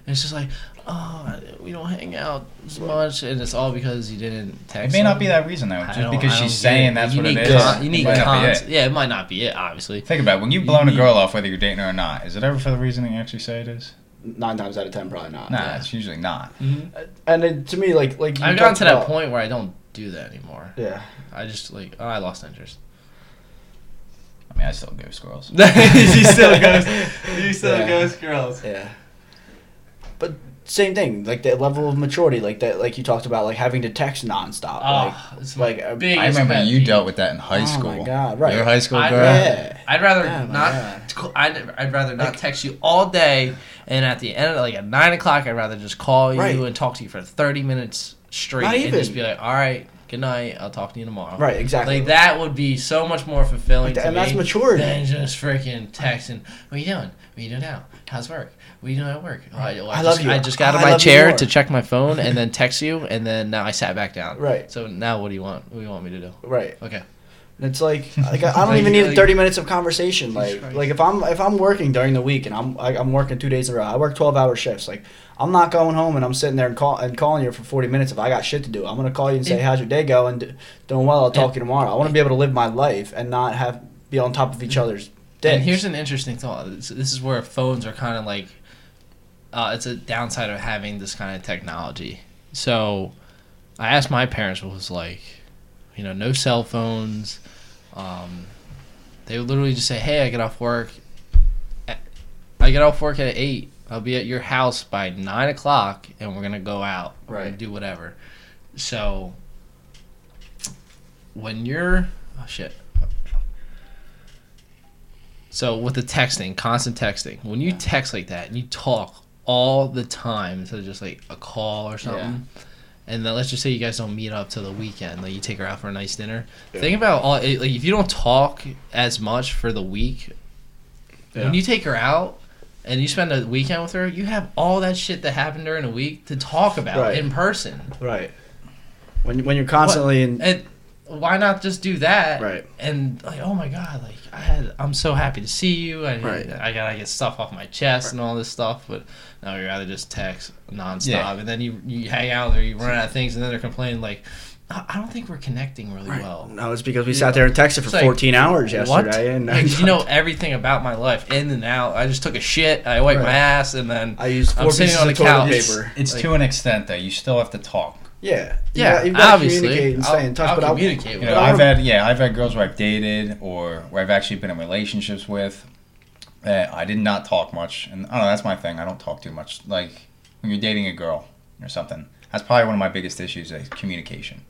Speaker 3: it's just like, oh, we don't hang out as much. And it's all because you didn't
Speaker 1: It
Speaker 3: text.
Speaker 1: may not
Speaker 3: them.
Speaker 1: be that reason though.
Speaker 3: I
Speaker 1: Just
Speaker 3: don't-
Speaker 1: because
Speaker 3: I don't
Speaker 1: she's
Speaker 3: get it.
Speaker 1: saying that's
Speaker 3: you
Speaker 1: what it
Speaker 3: need
Speaker 1: is.
Speaker 3: con- you
Speaker 1: it
Speaker 3: need
Speaker 1: might not be
Speaker 3: cons.
Speaker 1: it.
Speaker 3: Yeah, it might not be it, obviously.
Speaker 1: Think about it. when you've
Speaker 3: You
Speaker 1: blown a
Speaker 3: need-
Speaker 1: girl off, whether you're dating her or not. Is it ever for the reason that you actually say it is?
Speaker 2: Nine times out of ten, probably not.
Speaker 1: Nah, it's usually not.
Speaker 3: Mm-hmm.
Speaker 2: And it, to me, like like you
Speaker 3: I've gotten
Speaker 2: talked
Speaker 3: to that
Speaker 2: about-
Speaker 3: point where I don't do that anymore.
Speaker 2: Yeah.
Speaker 3: I just like oh, I lost [laughs] interest.
Speaker 1: I mean, I still go squirrels.
Speaker 3: she [laughs] still goes. She
Speaker 2: still Yeah. goes
Speaker 3: girls.
Speaker 2: Yeah. But same thing, like that level of maturity, like that, like you talked about, like having to text nonstop.
Speaker 3: Oh, it's my
Speaker 2: like, like, uh,
Speaker 3: biggest
Speaker 1: I remember
Speaker 3: pet
Speaker 1: you
Speaker 3: peeve.
Speaker 1: dealt with that in high
Speaker 2: Oh my
Speaker 1: school.
Speaker 2: God, right.
Speaker 1: Your high school
Speaker 3: I-
Speaker 1: girl.
Speaker 2: yeah.
Speaker 3: I'd rather
Speaker 2: Yeah, my
Speaker 3: not. I'd, I'd rather not text you all day, and at the end, of, like at nine o'clock, I'd rather just call you
Speaker 2: Right.
Speaker 3: and talk to you for thirty minutes straight,
Speaker 2: Not
Speaker 3: and just
Speaker 2: even.
Speaker 3: be like, "All right, good night. I'll talk to you tomorrow."
Speaker 2: Right, exactly.
Speaker 3: Like that would be so much more fulfilling.
Speaker 2: Like that-
Speaker 3: to
Speaker 2: and that's
Speaker 3: me
Speaker 2: maturity.
Speaker 3: Than just freaking texting. What you doing? What you doing now? How's work? What you doing at work? Oh, I, well, I
Speaker 2: I love
Speaker 3: just,
Speaker 2: you.
Speaker 3: I just got out of
Speaker 2: I
Speaker 3: my
Speaker 2: love you
Speaker 3: chair
Speaker 2: more.
Speaker 3: to check my phone and
Speaker 2: [laughs]
Speaker 3: then text you, and then now I sat back down.
Speaker 2: Right.
Speaker 3: So now what do you want? What do you want me to do?
Speaker 2: Right.
Speaker 3: Okay.
Speaker 2: And it's like, like I I don't
Speaker 3: Like-
Speaker 2: even need
Speaker 3: like-
Speaker 2: 30 minutes of conversation. Like,
Speaker 3: Christ.
Speaker 2: like if I'm if I'm working during the week and I'm I, I'm working two days in a row, I work 12 hour shifts. Like, I'm not going home and I'm sitting there and call and calling you for 40 minutes. If I got shit to do, I'm gonna call you and say,
Speaker 3: Yeah.
Speaker 2: "How's your day going? D- Doing well? I'll talk
Speaker 3: Yeah.
Speaker 2: to you tomorrow." I want to be able to live my life and not have be on top of each other's dicks.
Speaker 3: And here's an interesting thought. This, this is where phones are kind of like, uh, it's a downside of having this kind of technology. So, I asked my parents what it was like, you know, no cell phones. Um, they would literally just say, "Hey, I get off work. at- I get off work at eight. I'll be at your house by nine o'clock, and we're gonna go out
Speaker 2: Right.
Speaker 3: and do whatever." So, when you're oh shit. So with the texting, constant texting, when you text like that and you talk all the time instead of just like a call or something, and then let's just say you guys don't meet up till the weekend, like you take her out for a nice dinner. Think about all like if you don't talk as much for the week, when you take her out and you spend a weekend with her, you have all that shit that happened during the week to talk about
Speaker 2: Right.
Speaker 3: in person.
Speaker 2: Right. When when you're constantly in
Speaker 3: And why not just do that?
Speaker 2: Right.
Speaker 3: And like, oh my god, like I had, I'm so happy to see you. I,
Speaker 2: Right.
Speaker 3: I gotta get stuff off my chest and all this stuff, but no, you rather just text nonstop,
Speaker 1: Yeah.
Speaker 3: and then you you hang out or you run out of things, and then they're complaining like, I I don't think we're connecting really well.
Speaker 2: oh, No, it's because we sat there and texted for
Speaker 3: It's like,
Speaker 2: 14 hours yesterday,
Speaker 3: What?
Speaker 2: and [laughs]
Speaker 3: Like, [laughs] you know everything about my life, in and out. I just took a shit, I wiped
Speaker 2: Right.
Speaker 3: my ass, and then
Speaker 2: I used
Speaker 3: I'm
Speaker 2: four
Speaker 3: sitting
Speaker 2: pieces
Speaker 3: on
Speaker 2: of
Speaker 3: the
Speaker 2: toilet
Speaker 3: couch.
Speaker 2: paper.
Speaker 1: It's to an extent though. You still have to talk.
Speaker 2: Yeah,
Speaker 3: Yeah,
Speaker 2: you gotta
Speaker 3: obviously.
Speaker 2: communicate and stay in
Speaker 3: I'll-
Speaker 2: touch.
Speaker 3: I'll
Speaker 2: but
Speaker 3: communicate
Speaker 2: I,
Speaker 1: You
Speaker 3: with
Speaker 1: know,
Speaker 2: but I
Speaker 1: I've
Speaker 2: don't-
Speaker 1: had yeah, I've had girls where I've dated or where I've actually been in relationships with that I did not talk much, and I don't know. That's my thing. I don't talk too much. Like when you're dating a girl or something, that's probably one of my biggest issues is communication.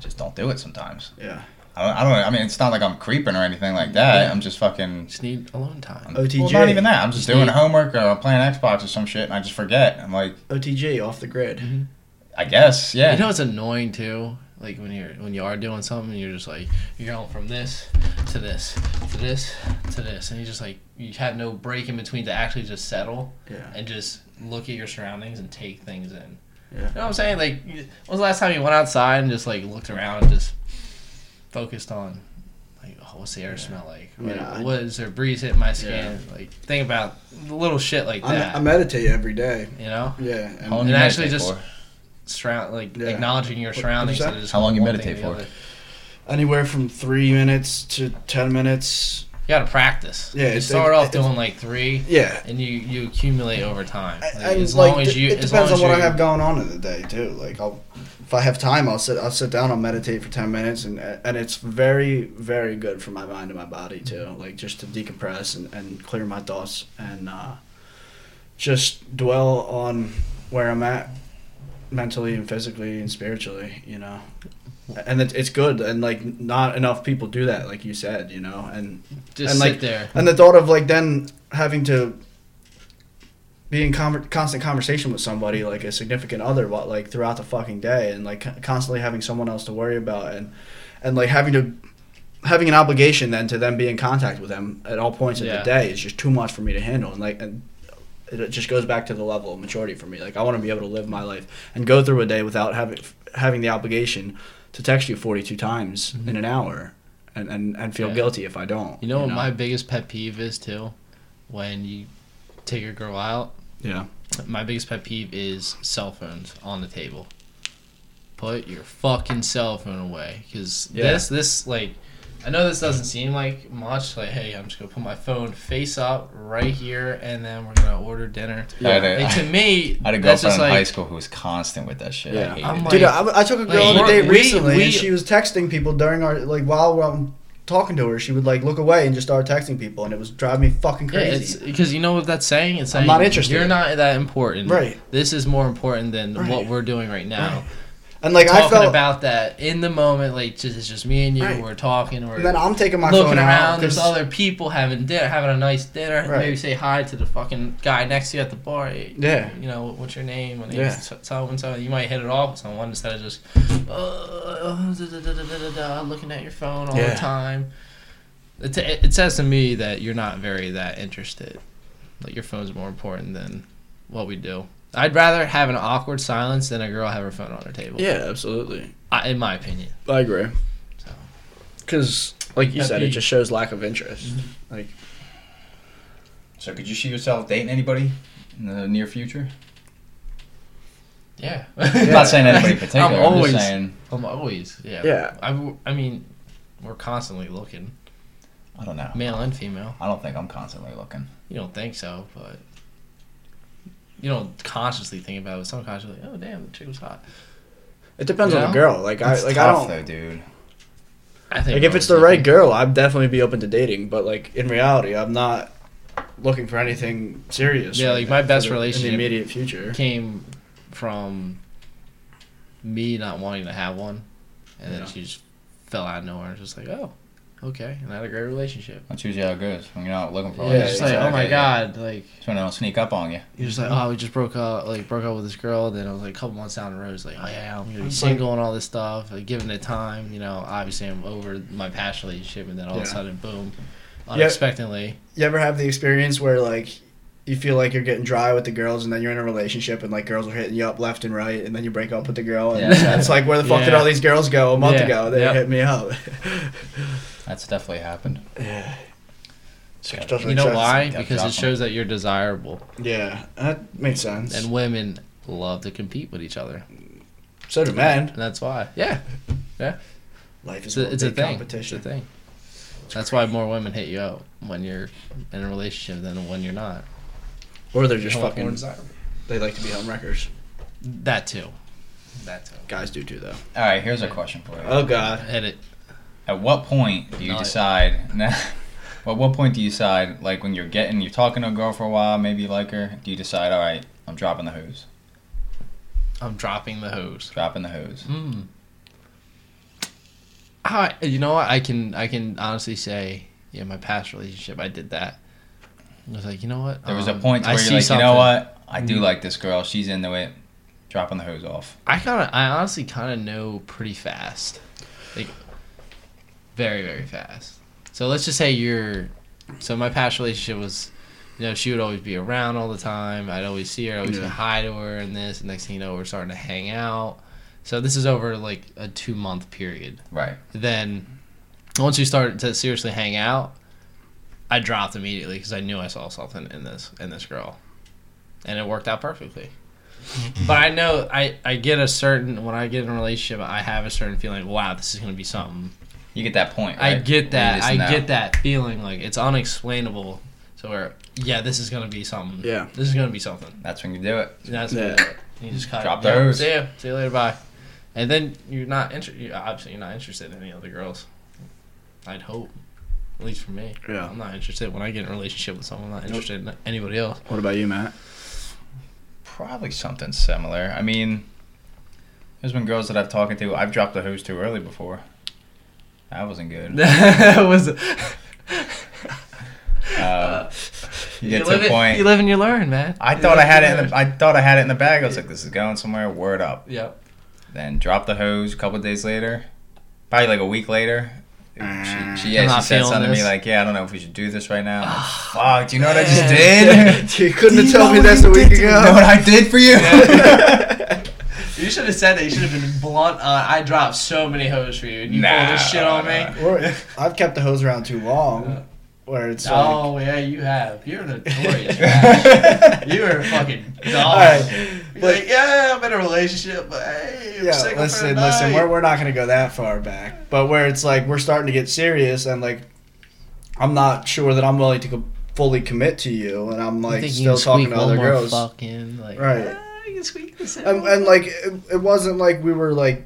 Speaker 1: Just don't do it sometimes.
Speaker 2: Yeah.
Speaker 1: I don't. I don't. I mean, it's not like I'm creeping or anything like that.
Speaker 3: Yeah.
Speaker 1: I'm just fucking.
Speaker 3: just need alone time.
Speaker 2: OTJ.
Speaker 1: Well, not even that. I'm just
Speaker 3: Just
Speaker 1: doing
Speaker 3: need-
Speaker 1: homework or I'm playing Xbox or some shit, and I just forget. I'm like,
Speaker 2: OTG off the grid.
Speaker 1: I guess, yeah.
Speaker 3: You know it's annoying too. Like when you're when you are doing something, you're just like you're going from this to this to this to this, and you just like you have no break in between to actually just settle
Speaker 2: Yeah.
Speaker 3: and just look at your surroundings and take things in.
Speaker 2: Yeah.
Speaker 3: You know what I'm saying? Like, you- when was the last time you went outside and just like looked around and just focused on like oh, what's the air smell like?
Speaker 2: I mean,
Speaker 3: Like,
Speaker 2: I-
Speaker 3: what is there breeze hitting my skin? Like think about little shit like that.
Speaker 2: I meditate every day.
Speaker 3: you know,
Speaker 2: Yeah. and-
Speaker 1: How long you
Speaker 3: and actually
Speaker 1: meditate
Speaker 3: just-
Speaker 1: for?
Speaker 3: surround like
Speaker 2: Yeah.
Speaker 3: acknowledging your
Speaker 2: What- what'd you
Speaker 3: surroundings.
Speaker 2: say?
Speaker 3: instead of just
Speaker 1: How long you
Speaker 3: one thing
Speaker 1: meditate
Speaker 3: to
Speaker 1: for?
Speaker 3: the other.
Speaker 2: anywhere from three minutes to ten minutes.
Speaker 3: You gotta practice.
Speaker 2: Yeah,
Speaker 3: you
Speaker 2: it's-
Speaker 3: start
Speaker 2: it-
Speaker 3: off
Speaker 2: it's-
Speaker 3: doing like three,
Speaker 2: Yeah.
Speaker 3: and you you accumulate over time. Like,
Speaker 2: And,
Speaker 3: as long
Speaker 2: like,
Speaker 3: as you,
Speaker 2: it depends
Speaker 3: as long
Speaker 2: on
Speaker 3: as
Speaker 2: what I
Speaker 3: you-
Speaker 2: have going on in the day too. Like, I'll, if I have time, I'll sit, I'll sit down, I'll meditate for ten minutes, and and it's very, very good for my mind and my body too. Like, just to decompress and, and clear my thoughts and uh, just dwell on where I'm at mentally and physically and spiritually. You know, and it, it's good, and like not enough people do that, like you said. You know, and
Speaker 3: just
Speaker 2: and,
Speaker 3: sit
Speaker 2: like,
Speaker 3: there.
Speaker 2: and the thought of like then having to be in conver- constant conversation with somebody like a significant other, but like throughout the fucking day, and like con- constantly having someone else to worry about, and and like having to having an obligation then to then be in contact with them at all points of
Speaker 3: Yeah.
Speaker 2: the day is just too much for me to handle, and like and it- it just goes back to the level of maturity for me. Like I want to be able to live my life and go through a day without having having the obligation to text you forty two times in an hour. And, and, and feel
Speaker 3: Mm-hmm. Yeah.
Speaker 2: guilty if I don't.
Speaker 3: You know what my biggest pet peeve is too? When you take your girl out,
Speaker 2: yeah
Speaker 3: my biggest pet peeve is cell phones on the table. Put your fucking cell phone away, because
Speaker 2: Yeah.
Speaker 3: this this like, I know this doesn't seem like much. Like, hey, I'm just gonna put my phone face up right here, and then we're gonna order dinner.
Speaker 1: I had a,
Speaker 3: Like, to [laughs] me,
Speaker 1: I had a girlfriend
Speaker 3: that's just
Speaker 1: in
Speaker 3: like
Speaker 1: high school who was constant with that shit.
Speaker 2: Yeah.
Speaker 1: I hated
Speaker 3: I'm
Speaker 1: it.
Speaker 3: like-
Speaker 2: Dude, I, I took a girl
Speaker 3: Like,
Speaker 2: on a date
Speaker 3: we-
Speaker 2: recently,
Speaker 3: we-
Speaker 2: and she was texting people during our like while I'm talking to her. She would like look away and just start texting people, and it was driving me fucking
Speaker 3: Yeah,
Speaker 2: crazy.
Speaker 3: it's because you know what that's saying. It's
Speaker 2: I'm
Speaker 3: saying
Speaker 2: not interested.
Speaker 3: You're not that important.
Speaker 2: Right.
Speaker 3: This is more important than
Speaker 2: Right.
Speaker 3: what we're doing right now.
Speaker 2: and like I
Speaker 3: Talking
Speaker 2: felt,
Speaker 3: about that in the moment, like just it's just me and you.
Speaker 2: Right.
Speaker 3: We're talking. We're
Speaker 2: and then I'm taking my
Speaker 3: looking
Speaker 2: phone
Speaker 3: around.
Speaker 2: out.
Speaker 3: There's
Speaker 2: 'cause-
Speaker 3: other people having dinner, having a nice dinner.
Speaker 2: Right.
Speaker 3: Maybe say hi to the fucking guy next to you at the bar. Hey,
Speaker 2: Yeah.
Speaker 3: You know what's your name? My
Speaker 2: Yeah.
Speaker 3: name's so and so. You might hit it off with someone instead of just uh, da, da, da, da, da, da, da, looking at your phone all
Speaker 2: Yeah.
Speaker 3: the time. It, it, it says to me that you're not very that interested. Like your phone's more important than what we do. I'd rather have an awkward silence than a girl have her phone on her table.
Speaker 2: yeah, absolutely.
Speaker 3: I, in my opinion.
Speaker 2: I agree.
Speaker 3: So.
Speaker 2: Because like you
Speaker 3: That'd
Speaker 2: said, it
Speaker 3: be-
Speaker 2: just shows lack of interest. Like
Speaker 1: so could you see yourself dating anybody in the near future?
Speaker 3: Yeah.
Speaker 1: [laughs] I'm not saying anybody in particular. I'm,
Speaker 3: [laughs] I'm always
Speaker 1: just saying
Speaker 3: I'm always, yeah.
Speaker 2: Yeah.
Speaker 3: I, w- I mean, we're constantly looking,
Speaker 1: I don't know.
Speaker 3: male and female.
Speaker 1: I don't think I'm constantly looking.
Speaker 3: You don't think so, but you don't consciously think about it. But subconsciously, oh damn, the chick was hot.
Speaker 2: it depends on
Speaker 3: Yeah.
Speaker 2: the girl. Like I
Speaker 1: It's
Speaker 2: like I
Speaker 1: tough
Speaker 2: don't.
Speaker 1: though, dude.
Speaker 3: I think
Speaker 2: Like if it's the right girl, I'd definitely be open to dating. But like in reality, I'm not looking for anything serious.
Speaker 3: Yeah,
Speaker 2: right
Speaker 3: like,
Speaker 2: now
Speaker 3: my
Speaker 2: for
Speaker 3: best
Speaker 2: the-
Speaker 3: relationship-
Speaker 2: in the immediate future.
Speaker 3: came from me not wanting to have one, and
Speaker 2: Yeah.
Speaker 3: then she just fell out of nowhere. and was Just like, oh, okay, and I had a great relationship.
Speaker 1: That's usually how it goes when you're not looking for
Speaker 3: Yeah,
Speaker 1: one.
Speaker 2: yeah,
Speaker 1: you
Speaker 3: it's just
Speaker 1: say,
Speaker 3: like, oh my
Speaker 1: okay,
Speaker 3: god, like
Speaker 1: Someone don't sneak up on you.
Speaker 3: You're just like, oh, we just broke up, like broke up with this girl. Then it was like a couple months down the road, it's like, oh yeah, I'm gonna be
Speaker 2: It's
Speaker 3: single and all this stuff. Like, given the time, you know, obviously I'm over my past relationship, and then all of
Speaker 2: Yeah.
Speaker 3: a sudden, boom, unexpectedly,
Speaker 2: You ever have the experience where like you feel like you're getting dry with the girls, and then you're in a relationship, and like girls are hitting you up left and right, and then you break up with the girl, and
Speaker 1: Yeah.
Speaker 2: it's like where the fuck did
Speaker 3: Yeah.
Speaker 2: all these girls go a month
Speaker 3: Yeah.
Speaker 2: ago? They
Speaker 3: Yep.
Speaker 2: hit me up. [laughs]
Speaker 1: That's definitely happened.
Speaker 2: yeah.
Speaker 1: So,
Speaker 2: Doesn't
Speaker 3: you know
Speaker 2: make sense.
Speaker 3: why?
Speaker 1: Yeah,
Speaker 3: Because it
Speaker 1: exactly.
Speaker 3: shows that you're desirable,
Speaker 2: Yeah, that makes sense.
Speaker 3: and
Speaker 2: And
Speaker 3: women love to compete with each other,
Speaker 2: so do men.
Speaker 3: and that's why. Yeah,
Speaker 2: Life is
Speaker 3: it's a, it's a
Speaker 2: big
Speaker 3: thing.
Speaker 2: competition.
Speaker 3: It's a thing. That's why more women hit you up when you're in a relationship than when you're not.
Speaker 2: Or they're just
Speaker 3: More- more
Speaker 2: fucking.
Speaker 3: desirable.
Speaker 2: They like to be home wreckers.
Speaker 3: That too. That too.
Speaker 2: Guys do too, though.
Speaker 1: All right, here's a question for you.
Speaker 2: Oh God.
Speaker 3: Edit.
Speaker 1: At what point do you
Speaker 3: Not-
Speaker 1: decide? [laughs] Nah, at what point do you decide? Like when you're getting, you're talking to a girl for a while, maybe you like her. Do you decide? All right, I'm dropping the hose.
Speaker 3: I'm dropping the hose.
Speaker 1: Dropping the hose.
Speaker 3: Hmm. I, you know what? I can I can honestly say, yeah, my past relationship, I did that. I was like, you know what?
Speaker 1: There was a
Speaker 3: Um,
Speaker 1: point to
Speaker 3: I
Speaker 1: where you're
Speaker 3: see
Speaker 1: like, you know
Speaker 3: something. Mm-hmm.
Speaker 1: what? I do like this girl. She's into it. Dropping the hose off.
Speaker 3: I kind of, I honestly kind of know pretty fast, like very very fast. So let's just say you're. So my past relationship was, you know, she would always be around all the time. I'd always see her. I always
Speaker 2: Yeah.
Speaker 3: say hi to her and this. And next thing you know, we're starting to hang out. So this is over like a two month period.
Speaker 1: Right.
Speaker 3: then once you started to seriously hang out, I dropped immediately because I knew I saw something in this in this girl, and it worked out perfectly. but I know I I get a certain when I get in a relationship, I have a certain feeling. Wow, this is gonna be something.
Speaker 1: You get that point.
Speaker 3: I
Speaker 1: right?
Speaker 3: get
Speaker 1: You
Speaker 3: that.
Speaker 1: just
Speaker 3: I
Speaker 1: know.
Speaker 3: get that feeling. Like it's unexplainable. So where yeah, this is gonna be something.
Speaker 2: Yeah.
Speaker 3: this is gonna be something.
Speaker 1: That's when you do it.
Speaker 3: And That's
Speaker 2: Yeah.
Speaker 3: yeah. You just cut.
Speaker 1: Drop
Speaker 3: yeah,
Speaker 1: those.
Speaker 3: See ya. See you later. Bye. And then you're not inter- you Obviously, you're not interested in any other girls. I'd hope, at least for me.
Speaker 2: Yeah.
Speaker 3: I'm not interested when I get in a relationship with someone. I'm not interested in
Speaker 2: [laughs]
Speaker 3: anybody else.
Speaker 2: What about you, Matt?
Speaker 1: Probably something similar. I mean, there's been girls that I've talked to. I've dropped the hose too early before.
Speaker 3: [laughs]
Speaker 1: That wasn't good.
Speaker 3: that was.
Speaker 1: [laughs] Uh, You get
Speaker 3: live
Speaker 1: to a
Speaker 3: it-
Speaker 1: point.
Speaker 3: you live and you learn, man.
Speaker 1: I
Speaker 3: You
Speaker 1: thought
Speaker 3: live
Speaker 1: I
Speaker 3: and
Speaker 1: had
Speaker 3: you
Speaker 1: it. In
Speaker 3: learn.
Speaker 1: the, I thought I had it in the bag. I was like, "This is going somewhere." Word up.
Speaker 3: Yep.
Speaker 1: Then drop the hose. A couple days later, probably like a week later, she, she,
Speaker 3: Mm. I'm
Speaker 1: yeah,
Speaker 3: not
Speaker 1: she said
Speaker 3: feeling
Speaker 1: something to me
Speaker 3: this.
Speaker 1: like, "Yeah, I don't know if we should do this right now." I'm like, Fuck. Do you know what I just
Speaker 3: man.
Speaker 1: [laughs] did?
Speaker 2: [laughs] you couldn't
Speaker 3: [laughs]
Speaker 1: Do
Speaker 2: have
Speaker 1: you
Speaker 2: told
Speaker 1: know
Speaker 2: me
Speaker 1: what
Speaker 2: this
Speaker 1: you
Speaker 2: a week
Speaker 1: did to- [laughs] You know what
Speaker 2: ago.
Speaker 1: I did for you? [laughs]
Speaker 2: [laughs]
Speaker 3: [laughs] You should have said that. You should have been blunt. Uh, I dropped so many hoes for you, and you
Speaker 1: Nah,
Speaker 3: pulled this shit on me.
Speaker 1: nah.
Speaker 2: Or I've kept the hose around too
Speaker 3: Yeah.
Speaker 2: long, where it's like.
Speaker 3: Oh yeah, you have. You're
Speaker 2: [laughs]
Speaker 3: notorious. man. you are a fucking dog.
Speaker 2: All right,
Speaker 3: You're
Speaker 2: but-
Speaker 3: like, yeah, I'm in a relationship, but hey, I'm
Speaker 2: Yeah,
Speaker 3: single for the
Speaker 2: listen, listen.
Speaker 3: night."
Speaker 2: We're, we're not gonna go that far back, but where it's like we're starting to get serious, and like I'm not sure that I'm willing to co- fully commit to you, and I'm like still talking to other girls,
Speaker 3: Fucking, like,
Speaker 2: Right.
Speaker 3: "Ah, you can squeak this out."
Speaker 2: and, and like it, it wasn't like we were like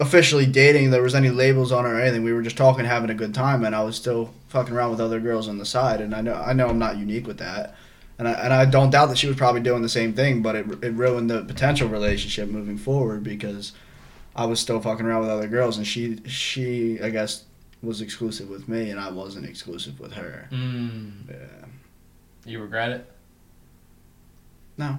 Speaker 2: officially dating. There was any labels on it or anything. We were just talking, having a good time, and I was still fucking around with other girls on the side, and I know I know I'm not unique with that. And I, and I don't doubt that she was probably doing the same thing, but it, it ruined the potential relationship moving forward because I was still fucking around with other girls, and she she I guess was exclusive with me, and I wasn't exclusive with her.
Speaker 3: Mm,
Speaker 2: Yeah. [laughs]
Speaker 3: you regret it? [laughs]
Speaker 2: No.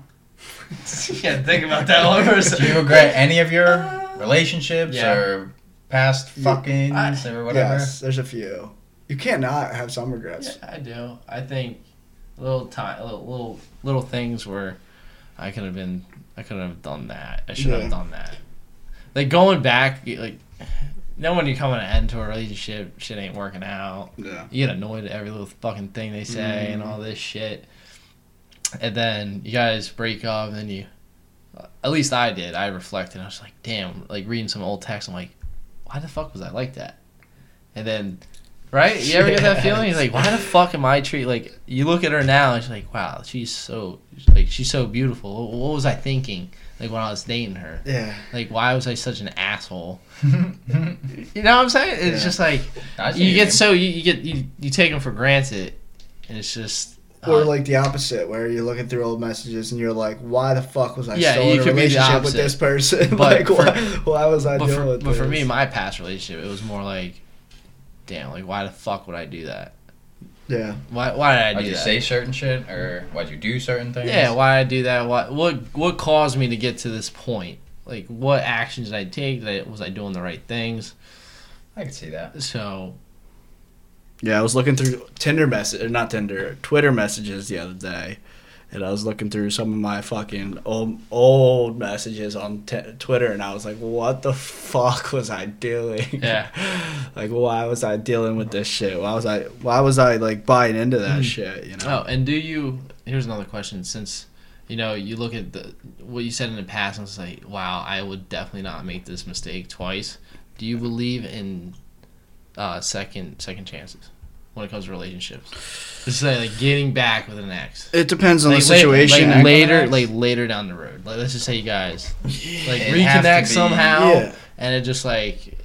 Speaker 3: you can't think about that one for a
Speaker 1: do [laughs] you
Speaker 3: second.
Speaker 1: regret any of your relationships
Speaker 3: Uh, Yeah.
Speaker 1: or past
Speaker 2: You-
Speaker 1: [laughs] fuckings or whatever?
Speaker 2: Yes, there's a few. You cannot have some regrets.
Speaker 3: Yeah, I do. I think little time, little, little little things where I could have been, I could have done that. I should
Speaker 2: Yeah.
Speaker 3: have done that. Like going back, you- like no when you come to an end to a relationship, shit ain't working out.
Speaker 2: Yeah.
Speaker 3: You get annoyed at every little fucking thing they say and all this shit. And then you guys break up, and then you. At least I did. I reflected. I was like, damn, like reading some old text. I'm like, why the fuck was I like that? And then, right? You ever get that feeling? You're like, why the fuck am I treat like? You look at her now, and she's like, wow, she's so like she's so beautiful. What was I thinking? Like when I was dating her,
Speaker 2: Yeah.
Speaker 3: like why was I such an asshole? You know what I'm saying? It's
Speaker 2: Yeah.
Speaker 3: just like
Speaker 1: I see what
Speaker 3: you
Speaker 1: mean.
Speaker 3: get so you, you get you, you take them for granted, and it's just
Speaker 2: Or
Speaker 3: uh,
Speaker 2: like the opposite, where you're looking through old messages and you're like, "Why the fuck was I
Speaker 3: Yeah,
Speaker 2: still
Speaker 3: you
Speaker 2: in a
Speaker 3: could be the
Speaker 2: relationship with this person? [laughs] like,
Speaker 3: But for-
Speaker 2: why, why was I
Speaker 3: but
Speaker 2: doing
Speaker 3: for,
Speaker 2: with
Speaker 3: but for
Speaker 2: this?"
Speaker 3: me, my past relationship, it was more like, damn, like why the fuck would I do that?
Speaker 2: yeah,
Speaker 3: Why why did I
Speaker 1: Why'd
Speaker 3: do
Speaker 1: you
Speaker 3: that?
Speaker 1: say certain shit or why'd you do certain things?
Speaker 3: yeah, why did I do that? Why what what caused me to get to this point? Like what actions did I take? That was I doing the right things?
Speaker 1: I could see that.
Speaker 3: So
Speaker 2: yeah. I was looking through Tinder messages, not Tinder, Twitter messages the other day, and I was looking through some of my fucking old old messages on t- Twitter, and I was like, "What the fuck was I doing?
Speaker 3: Yeah.
Speaker 2: [laughs] like, why was I dealing with this shit? Why was I? Why was I like buying into that
Speaker 3: Mm.
Speaker 2: shit? You know?
Speaker 3: Oh, and do you? Here's another question. Since you know you look at the what you said in the past and it's like, wow, I would definitely not make this mistake twice. Do you believe in uh, second second chances when it comes to relationships? Just say like getting back with an ex.
Speaker 2: It depends on
Speaker 3: Like,
Speaker 2: the
Speaker 3: later-
Speaker 2: situation.
Speaker 3: like, later,
Speaker 1: Ex?
Speaker 3: like later down the road. Like let's just say you guys like
Speaker 1: It'd have to
Speaker 3: reconnect
Speaker 1: be-
Speaker 3: somehow,
Speaker 2: Yeah.
Speaker 3: and it just like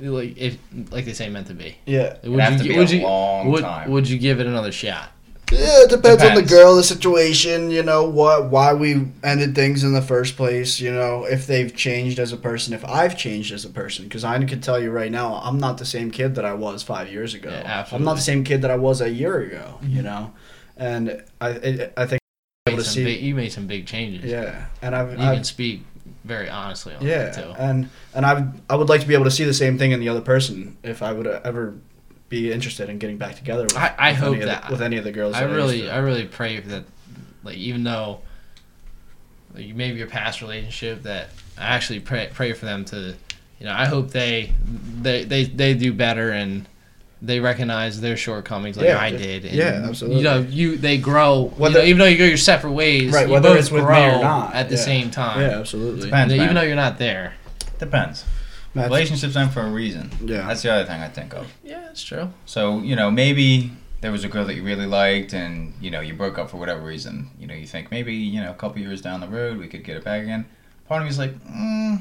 Speaker 3: like if like they say meant to be.
Speaker 2: yeah.
Speaker 3: Would
Speaker 1: have to
Speaker 3: gi-
Speaker 1: be a long
Speaker 3: would,
Speaker 1: time.
Speaker 3: Would you give it another shot?
Speaker 2: Yeah, it depends, on the
Speaker 1: Depends.
Speaker 2: girl, the situation, you know, what why we ended things in the first place, you know, if they've changed as a person, if I've changed as a person cuz I can tell you right now, I'm not the same kid that I was 5 years ago.
Speaker 3: Yeah,
Speaker 2: I'm not
Speaker 3: absolutely. Mm-hmm.
Speaker 2: the same kid that I was a year ago, you know. And I I, I think able
Speaker 3: made
Speaker 2: to
Speaker 3: some
Speaker 2: see-
Speaker 3: big- you made some big changes.
Speaker 2: yeah, and I've,
Speaker 3: You
Speaker 2: I've
Speaker 3: can speak very honestly on
Speaker 2: yeah,
Speaker 3: that too.
Speaker 2: and and I would- I would like to be able to see the same thing in the other person if I would ever be interested in getting back together with,
Speaker 3: I- I
Speaker 2: with
Speaker 3: hope
Speaker 2: any of
Speaker 3: that-
Speaker 2: the, with any of the girls
Speaker 3: I
Speaker 2: that used
Speaker 3: really,
Speaker 2: to-
Speaker 3: I really pray for that. Like even though, like maybe your past relationship, that I actually pray pray for them to, you know, I hope they they they, they do better and they recognize their shortcomings like
Speaker 2: Yeah,
Speaker 3: I
Speaker 2: yeah.
Speaker 3: did. And,
Speaker 2: Yeah, absolutely.
Speaker 3: You know, you they grow. you
Speaker 2: Whether-
Speaker 3: know, even though you go your separate ways,
Speaker 2: Right,
Speaker 3: you
Speaker 2: whether
Speaker 3: both
Speaker 2: it's with me or
Speaker 3: grow
Speaker 2: not,
Speaker 3: at the
Speaker 2: yeah.
Speaker 3: same time.
Speaker 2: Yeah, absolutely.
Speaker 1: Depends.
Speaker 3: Even
Speaker 1: man.
Speaker 3: though you're not there.
Speaker 1: Depends.
Speaker 2: Matt,
Speaker 1: Relationships end for a reason.
Speaker 2: Yeah.
Speaker 1: That's the other thing I think of.
Speaker 3: Yeah, that's true.
Speaker 1: So, you know, maybe there was a girl that you really liked and, you know, you broke up for whatever reason. You know, you think maybe, you know, a couple years down the road we could get it back again. Part of me's like, mm, I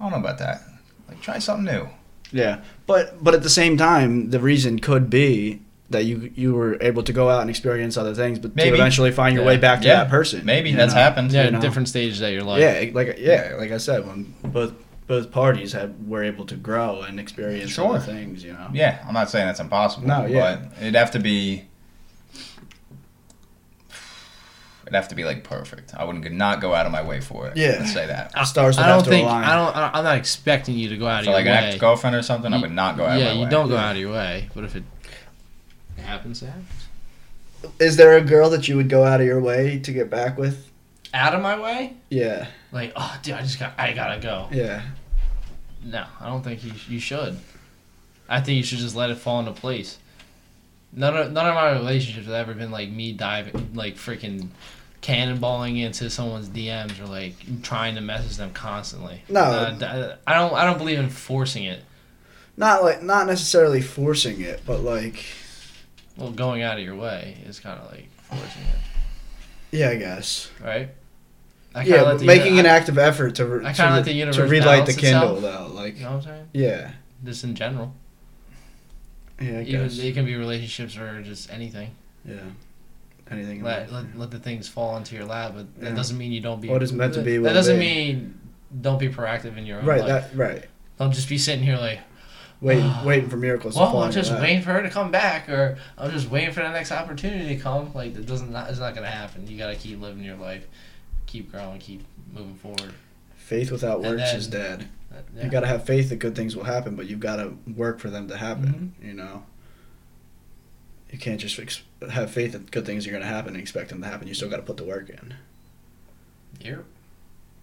Speaker 1: don't know about that. Like, try something new.
Speaker 2: Yeah, but but at the same time, the reason could be that you you were able to go out and experience other things, but to
Speaker 1: Maybe.
Speaker 2: eventually find your
Speaker 3: Yeah.
Speaker 2: way back to
Speaker 1: Yeah.
Speaker 2: that person.
Speaker 1: Maybe
Speaker 2: you
Speaker 1: that's
Speaker 2: know?
Speaker 1: happened.
Speaker 3: Yeah,
Speaker 2: You know.
Speaker 3: different stages that you're like.
Speaker 2: Yeah, like yeah, like I said, when both both parties had were able to grow and experience
Speaker 1: Sure.
Speaker 2: other things, you know.
Speaker 1: Yeah, I'm not saying that's impossible.
Speaker 2: No, yeah.
Speaker 1: But it'd have to be It'd have to be like perfect. I wouldn't not go out of my way for it.
Speaker 2: Yeah.
Speaker 1: Let's say that.
Speaker 3: I-
Speaker 2: Stars would
Speaker 3: I don't
Speaker 2: have to
Speaker 3: think
Speaker 2: align.
Speaker 3: I don't. I don't- I'm not expecting you to go out
Speaker 1: So
Speaker 3: of
Speaker 1: like
Speaker 3: your
Speaker 1: an
Speaker 3: way.
Speaker 1: ex girlfriend or something, I would not go out
Speaker 3: yeah,
Speaker 1: of my
Speaker 3: you
Speaker 1: way.
Speaker 3: don't go out of your way. But if it happens, it happens.
Speaker 2: Is there a girl that you would go out of your way to get back with?
Speaker 3: Out of my way?
Speaker 2: Yeah,
Speaker 3: Like, oh, dude, I just got. I gotta go.
Speaker 2: yeah.
Speaker 3: No, I don't think you sh- you should. I think you should just let it fall into place. None of none of my relationships have ever been like me diving, like freaking cannonballing into someone's DMs or like trying to message them constantly.
Speaker 2: No.
Speaker 3: Uh, d- I don't. I don't believe in forcing it.
Speaker 2: Not like not necessarily forcing it, but like
Speaker 3: Well, going out of your way is kind of like forcing it,
Speaker 2: yeah, I guess.
Speaker 3: right? I kinda
Speaker 2: yeah,
Speaker 3: let
Speaker 2: but
Speaker 3: the
Speaker 2: making
Speaker 3: uni-
Speaker 2: an active effort to re-
Speaker 3: I
Speaker 2: to,
Speaker 3: kinda let
Speaker 2: re-
Speaker 3: the
Speaker 2: to
Speaker 3: universe
Speaker 2: relight the
Speaker 3: balance
Speaker 2: candle
Speaker 3: itself.
Speaker 2: though. Like
Speaker 3: You know what I'm saying?
Speaker 2: yeah,
Speaker 3: Just in general.
Speaker 2: yeah, I
Speaker 3: Even,
Speaker 2: guess.
Speaker 3: it can be relationships or just anything.
Speaker 2: yeah, anything.
Speaker 3: Let, let, let the things fall into your lap, but that
Speaker 2: Yeah.
Speaker 3: doesn't mean you don't be.
Speaker 2: What is meant to be
Speaker 3: That
Speaker 2: will
Speaker 3: doesn't
Speaker 2: be.
Speaker 3: mean don't be proactive in your own
Speaker 2: right,
Speaker 3: life.
Speaker 2: that right.
Speaker 3: Don't just be sitting here like,
Speaker 2: Waiting,
Speaker 3: [sighs]
Speaker 2: waiting for miracles. to
Speaker 3: well,
Speaker 2: fall
Speaker 3: I'm
Speaker 2: on your
Speaker 3: just
Speaker 2: lap.
Speaker 3: waiting for her to come back, or I'm just waiting for the next opportunity to come. Like that doesn't not, it's not gonna happen. You gotta keep living your life, keep growing, keep moving forward.
Speaker 2: Faith without
Speaker 3: And
Speaker 2: works
Speaker 3: then-
Speaker 2: is dead.
Speaker 3: That-
Speaker 2: You
Speaker 3: yeah.
Speaker 2: gotta have faith that good things will happen, but you've gotta work for them to happen.
Speaker 3: Mm-hmm.
Speaker 2: You know, you can't just ex- have faith that good things are gonna happen and expect them to happen. You still gotta put the work in,
Speaker 3: You're-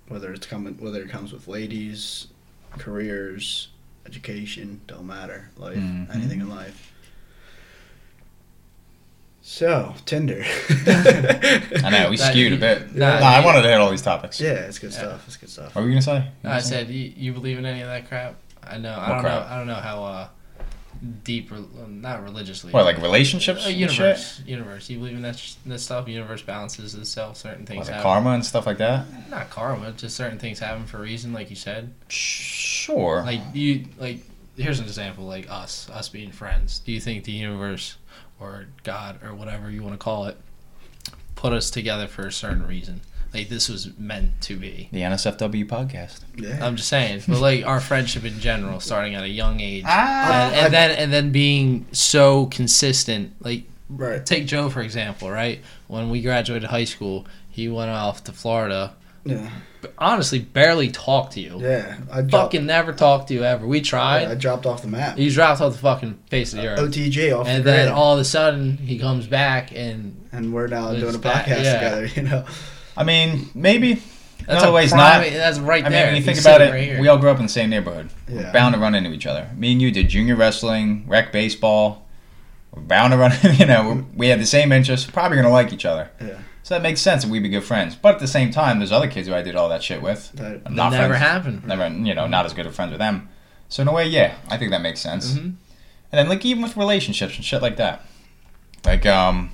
Speaker 2: whether it's coming, whether it comes with ladies, careers, education, don't matter, life,
Speaker 1: Mhm.
Speaker 2: anything in life. So Tinder.
Speaker 1: I know
Speaker 2: [laughs]
Speaker 1: we
Speaker 3: [laughs] That-
Speaker 1: skewed a bit.
Speaker 3: Nah,
Speaker 1: no, I
Speaker 3: you-
Speaker 1: wanted to hit all these topics.
Speaker 2: Yeah, it's good
Speaker 3: Yeah.
Speaker 2: stuff. It's good stuff.
Speaker 1: What were you gonna say?
Speaker 3: I said, you, you believe in any of that crap? I know. I
Speaker 1: What
Speaker 3: don't
Speaker 1: crap?
Speaker 3: know. I don't know how uh, deep, rel- not religiously.
Speaker 1: What, like relationships?
Speaker 3: Uh,
Speaker 1: and shit?
Speaker 3: universe, universe. You believe in that, sh- that stuff? Universe balances itself. Certain things
Speaker 1: Was it
Speaker 3: happen.
Speaker 1: karma and stuff like that?
Speaker 3: Not karma. Just certain things happen for a reason, like you said.
Speaker 1: Sure.
Speaker 3: Like you, like here's an example. Like us, us being friends. Do you think the universe, or God, or whatever you want to call it, put us together for a certain reason? Like this was meant to be.
Speaker 1: the NSFW podcast.
Speaker 2: Yeah.
Speaker 3: I'm just saying, but like our friendship in general, starting at a young age,
Speaker 1: Ah.
Speaker 2: Uh,
Speaker 3: and, and then and then being so consistent. Like
Speaker 2: right.
Speaker 3: take Joe for example, right? When we graduated high school, he went off to Florida.
Speaker 2: Yeah.
Speaker 3: But honestly, barely talked to you.
Speaker 2: Yeah. I dropped,
Speaker 3: Fucking never talked to you ever. We tried.
Speaker 2: I dropped off the map.
Speaker 3: He dropped off the fucking face of the earth.
Speaker 2: OTG off
Speaker 3: and
Speaker 2: the
Speaker 3: then
Speaker 2: grid.
Speaker 3: all of a sudden, he comes back, and
Speaker 2: and we're now
Speaker 3: It's
Speaker 2: doing a
Speaker 3: that-
Speaker 2: podcast
Speaker 3: yeah.
Speaker 2: together. You know,
Speaker 1: I mean, maybe.
Speaker 3: that's
Speaker 1: No,
Speaker 3: a
Speaker 1: wait, it's
Speaker 3: prime-
Speaker 1: not.
Speaker 3: That's right
Speaker 1: I mean,
Speaker 3: there.
Speaker 1: when you
Speaker 3: He's
Speaker 1: think about
Speaker 3: sitting
Speaker 1: it,
Speaker 3: right here.
Speaker 1: we all grew up in the same neighborhood.
Speaker 2: Yeah.
Speaker 1: We're bound to run into each other. Me and you did junior wrestling, rec baseball. We're bound to run. [laughs] You know, we're, we had the same interests. Probably gonna like each other.
Speaker 2: Yeah.
Speaker 1: So that makes sense that we'd be good friends. But at the same time, there's other kids who I did all that shit with.
Speaker 2: That-
Speaker 1: I'm
Speaker 3: That
Speaker 1: not
Speaker 3: never
Speaker 1: friends.
Speaker 3: happened.
Speaker 1: Never, you know, not as good of friends with them. So in a way, yeah, I think that makes sense.
Speaker 3: hmm
Speaker 1: And then like even with relationships and shit like that. Like um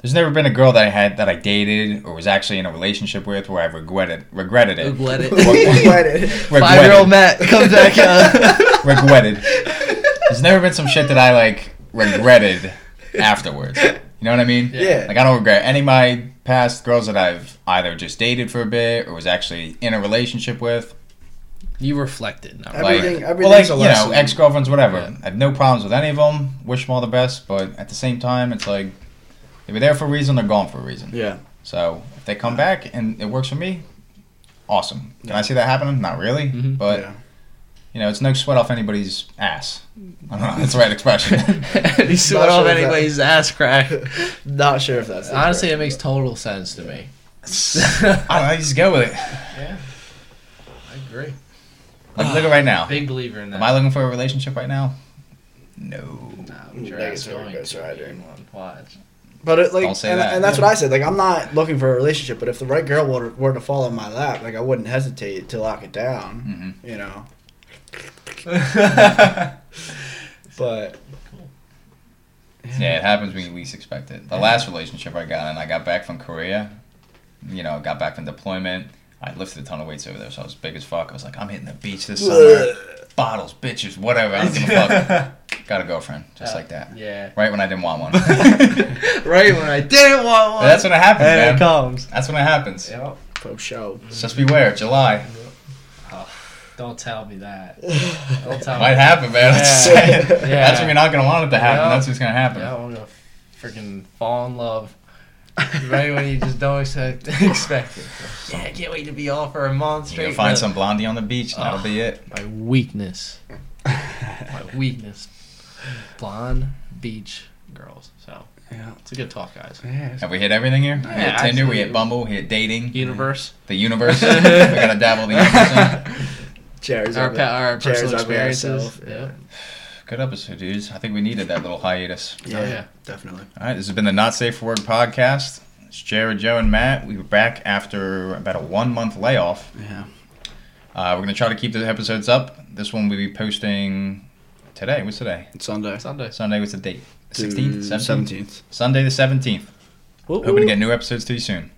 Speaker 1: there's never been a girl that I had that I dated or was actually in a relationship with where I regretted regretted it. [laughs]
Speaker 2: [laughs]
Speaker 3: Regret it.
Speaker 1: Regretted.
Speaker 3: Five-year-old Matt comes back uh,
Speaker 2: [laughs]
Speaker 3: up.
Speaker 1: uh, regretted. There's never been some shit that I like regretted afterwards. You know what I mean?
Speaker 2: Yeah.
Speaker 1: Like I don't regret any of my past girls that I've either just dated for a bit or was actually in a relationship with.
Speaker 3: you reflected. Not
Speaker 2: Every-
Speaker 3: right.
Speaker 1: Like,
Speaker 2: Everything-
Speaker 1: well, like
Speaker 2: everything's a
Speaker 1: you know,
Speaker 2: lesson.
Speaker 1: ex girlfriends, whatever.
Speaker 3: Yeah.
Speaker 1: I have no problems with any of them. Wish them all the best, but at the same time, it's like they were there for a reason. They're gone for a reason.
Speaker 2: yeah.
Speaker 1: So if they come back and it works for me, awesome. Can I see that happening? Not really,
Speaker 3: Mhm.
Speaker 1: but
Speaker 2: yeah.
Speaker 1: you know, it's no sweat off anybody's ass. I don't know. That's the right
Speaker 2: [laughs]
Speaker 1: expression.
Speaker 3: [laughs] he sort
Speaker 2: sure
Speaker 3: of
Speaker 2: if that-
Speaker 3: anyways ass crack.
Speaker 2: Not sure if that's the
Speaker 3: Honestly, it
Speaker 2: correct-
Speaker 3: makes total sense to me. [laughs]
Speaker 1: I don't know. You just go with it.
Speaker 3: Yeah, I agree.
Speaker 1: Like, look at right now.
Speaker 3: Big believer in that.
Speaker 1: Am I looking for a relationship right now? No.
Speaker 3: Nah,
Speaker 2: Mm,
Speaker 3: but your
Speaker 2: that
Speaker 3: ass
Speaker 2: gets where it
Speaker 3: going
Speaker 2: goes,
Speaker 3: to
Speaker 2: right,
Speaker 3: be
Speaker 2: dude.
Speaker 3: one.
Speaker 1: [laughs]
Speaker 3: Watch.
Speaker 2: But it, like,
Speaker 1: Don't say
Speaker 2: and,
Speaker 1: that.
Speaker 2: and that's what I said. Like, I'm not looking for a relationship, but if the right girl were, were to fall in my lap, like, I wouldn't hesitate to lock it down.
Speaker 1: hmm
Speaker 2: You know. But
Speaker 1: Yeah, it happens when you least expect it. The last relationship I got in, I got back from Korea. You know, got back from deployment. I lifted a ton of weights over there, so I was big as fuck. I was like, I'm hitting the beach this summer. Bottles, bitches, whatever. I don't give
Speaker 3: [laughs]
Speaker 1: a fuck. Got a girlfriend, just like that.
Speaker 3: Yeah.
Speaker 1: Right when I didn't
Speaker 3: [laughs]
Speaker 1: want one. But
Speaker 3: Right when I didn't want one.
Speaker 1: that's when it happens,
Speaker 3: and it
Speaker 1: man.
Speaker 3: comes.
Speaker 1: That's when it happens.
Speaker 3: Yep.
Speaker 2: for
Speaker 3: [laughs]
Speaker 2: show.
Speaker 1: Just beware, July.
Speaker 3: Don't tell me that. Don't tell
Speaker 1: Might
Speaker 3: me.
Speaker 1: happen, man. [laughs] I'm just
Speaker 3: [laughs] Yeah.
Speaker 1: saying.
Speaker 3: Yeah.
Speaker 1: That's when you're not gonna want it to happen.
Speaker 3: Yeah.
Speaker 1: That's what's gonna happen.
Speaker 3: Yeah, I'm gonna freaking fall in love right when you just don't expect, [laughs] expect it. Yeah, I can't wait to be off for a month
Speaker 1: You
Speaker 3: straight.
Speaker 1: can find
Speaker 3: but-
Speaker 1: some blondie on the beach, and that'll be it.
Speaker 3: My weakness. My weakness. Blonde beach girls. So
Speaker 2: Yeah.
Speaker 3: it's a good talk, guys.
Speaker 2: Yeah.
Speaker 1: Have we hit everything here? we hit
Speaker 3: Yeah,
Speaker 1: Tinder, we
Speaker 3: absolutely.
Speaker 1: hit Bumble, we hit dating,
Speaker 3: Universe.
Speaker 1: the universe. We're gonna dabble the universe in.
Speaker 2: Chairs.
Speaker 3: Our,
Speaker 2: up it.
Speaker 3: pa- our
Speaker 2: Chairs
Speaker 3: personal
Speaker 2: up by
Speaker 3: experiences.
Speaker 2: ourself.
Speaker 3: Yeah.
Speaker 1: Good episode, dudes. I think we needed that little hiatus.
Speaker 2: Yeah.
Speaker 3: Oh, yeah.
Speaker 2: Definitely.
Speaker 1: All right, this has been the Not Safe for Work podcast. It's Jared, Joe, and Matt. We were back after about a one month layoff.
Speaker 2: Yeah.
Speaker 1: Uh, we're gonna try to keep the episodes up. This one we'll be posting today. What's today?
Speaker 2: It's Sunday.
Speaker 3: Sunday.
Speaker 1: Sunday. What's the date? Sixteenth, seventeenth.
Speaker 2: Seventeenth.
Speaker 1: Sunday the seventeenth. Hoping to get new episodes to you soon.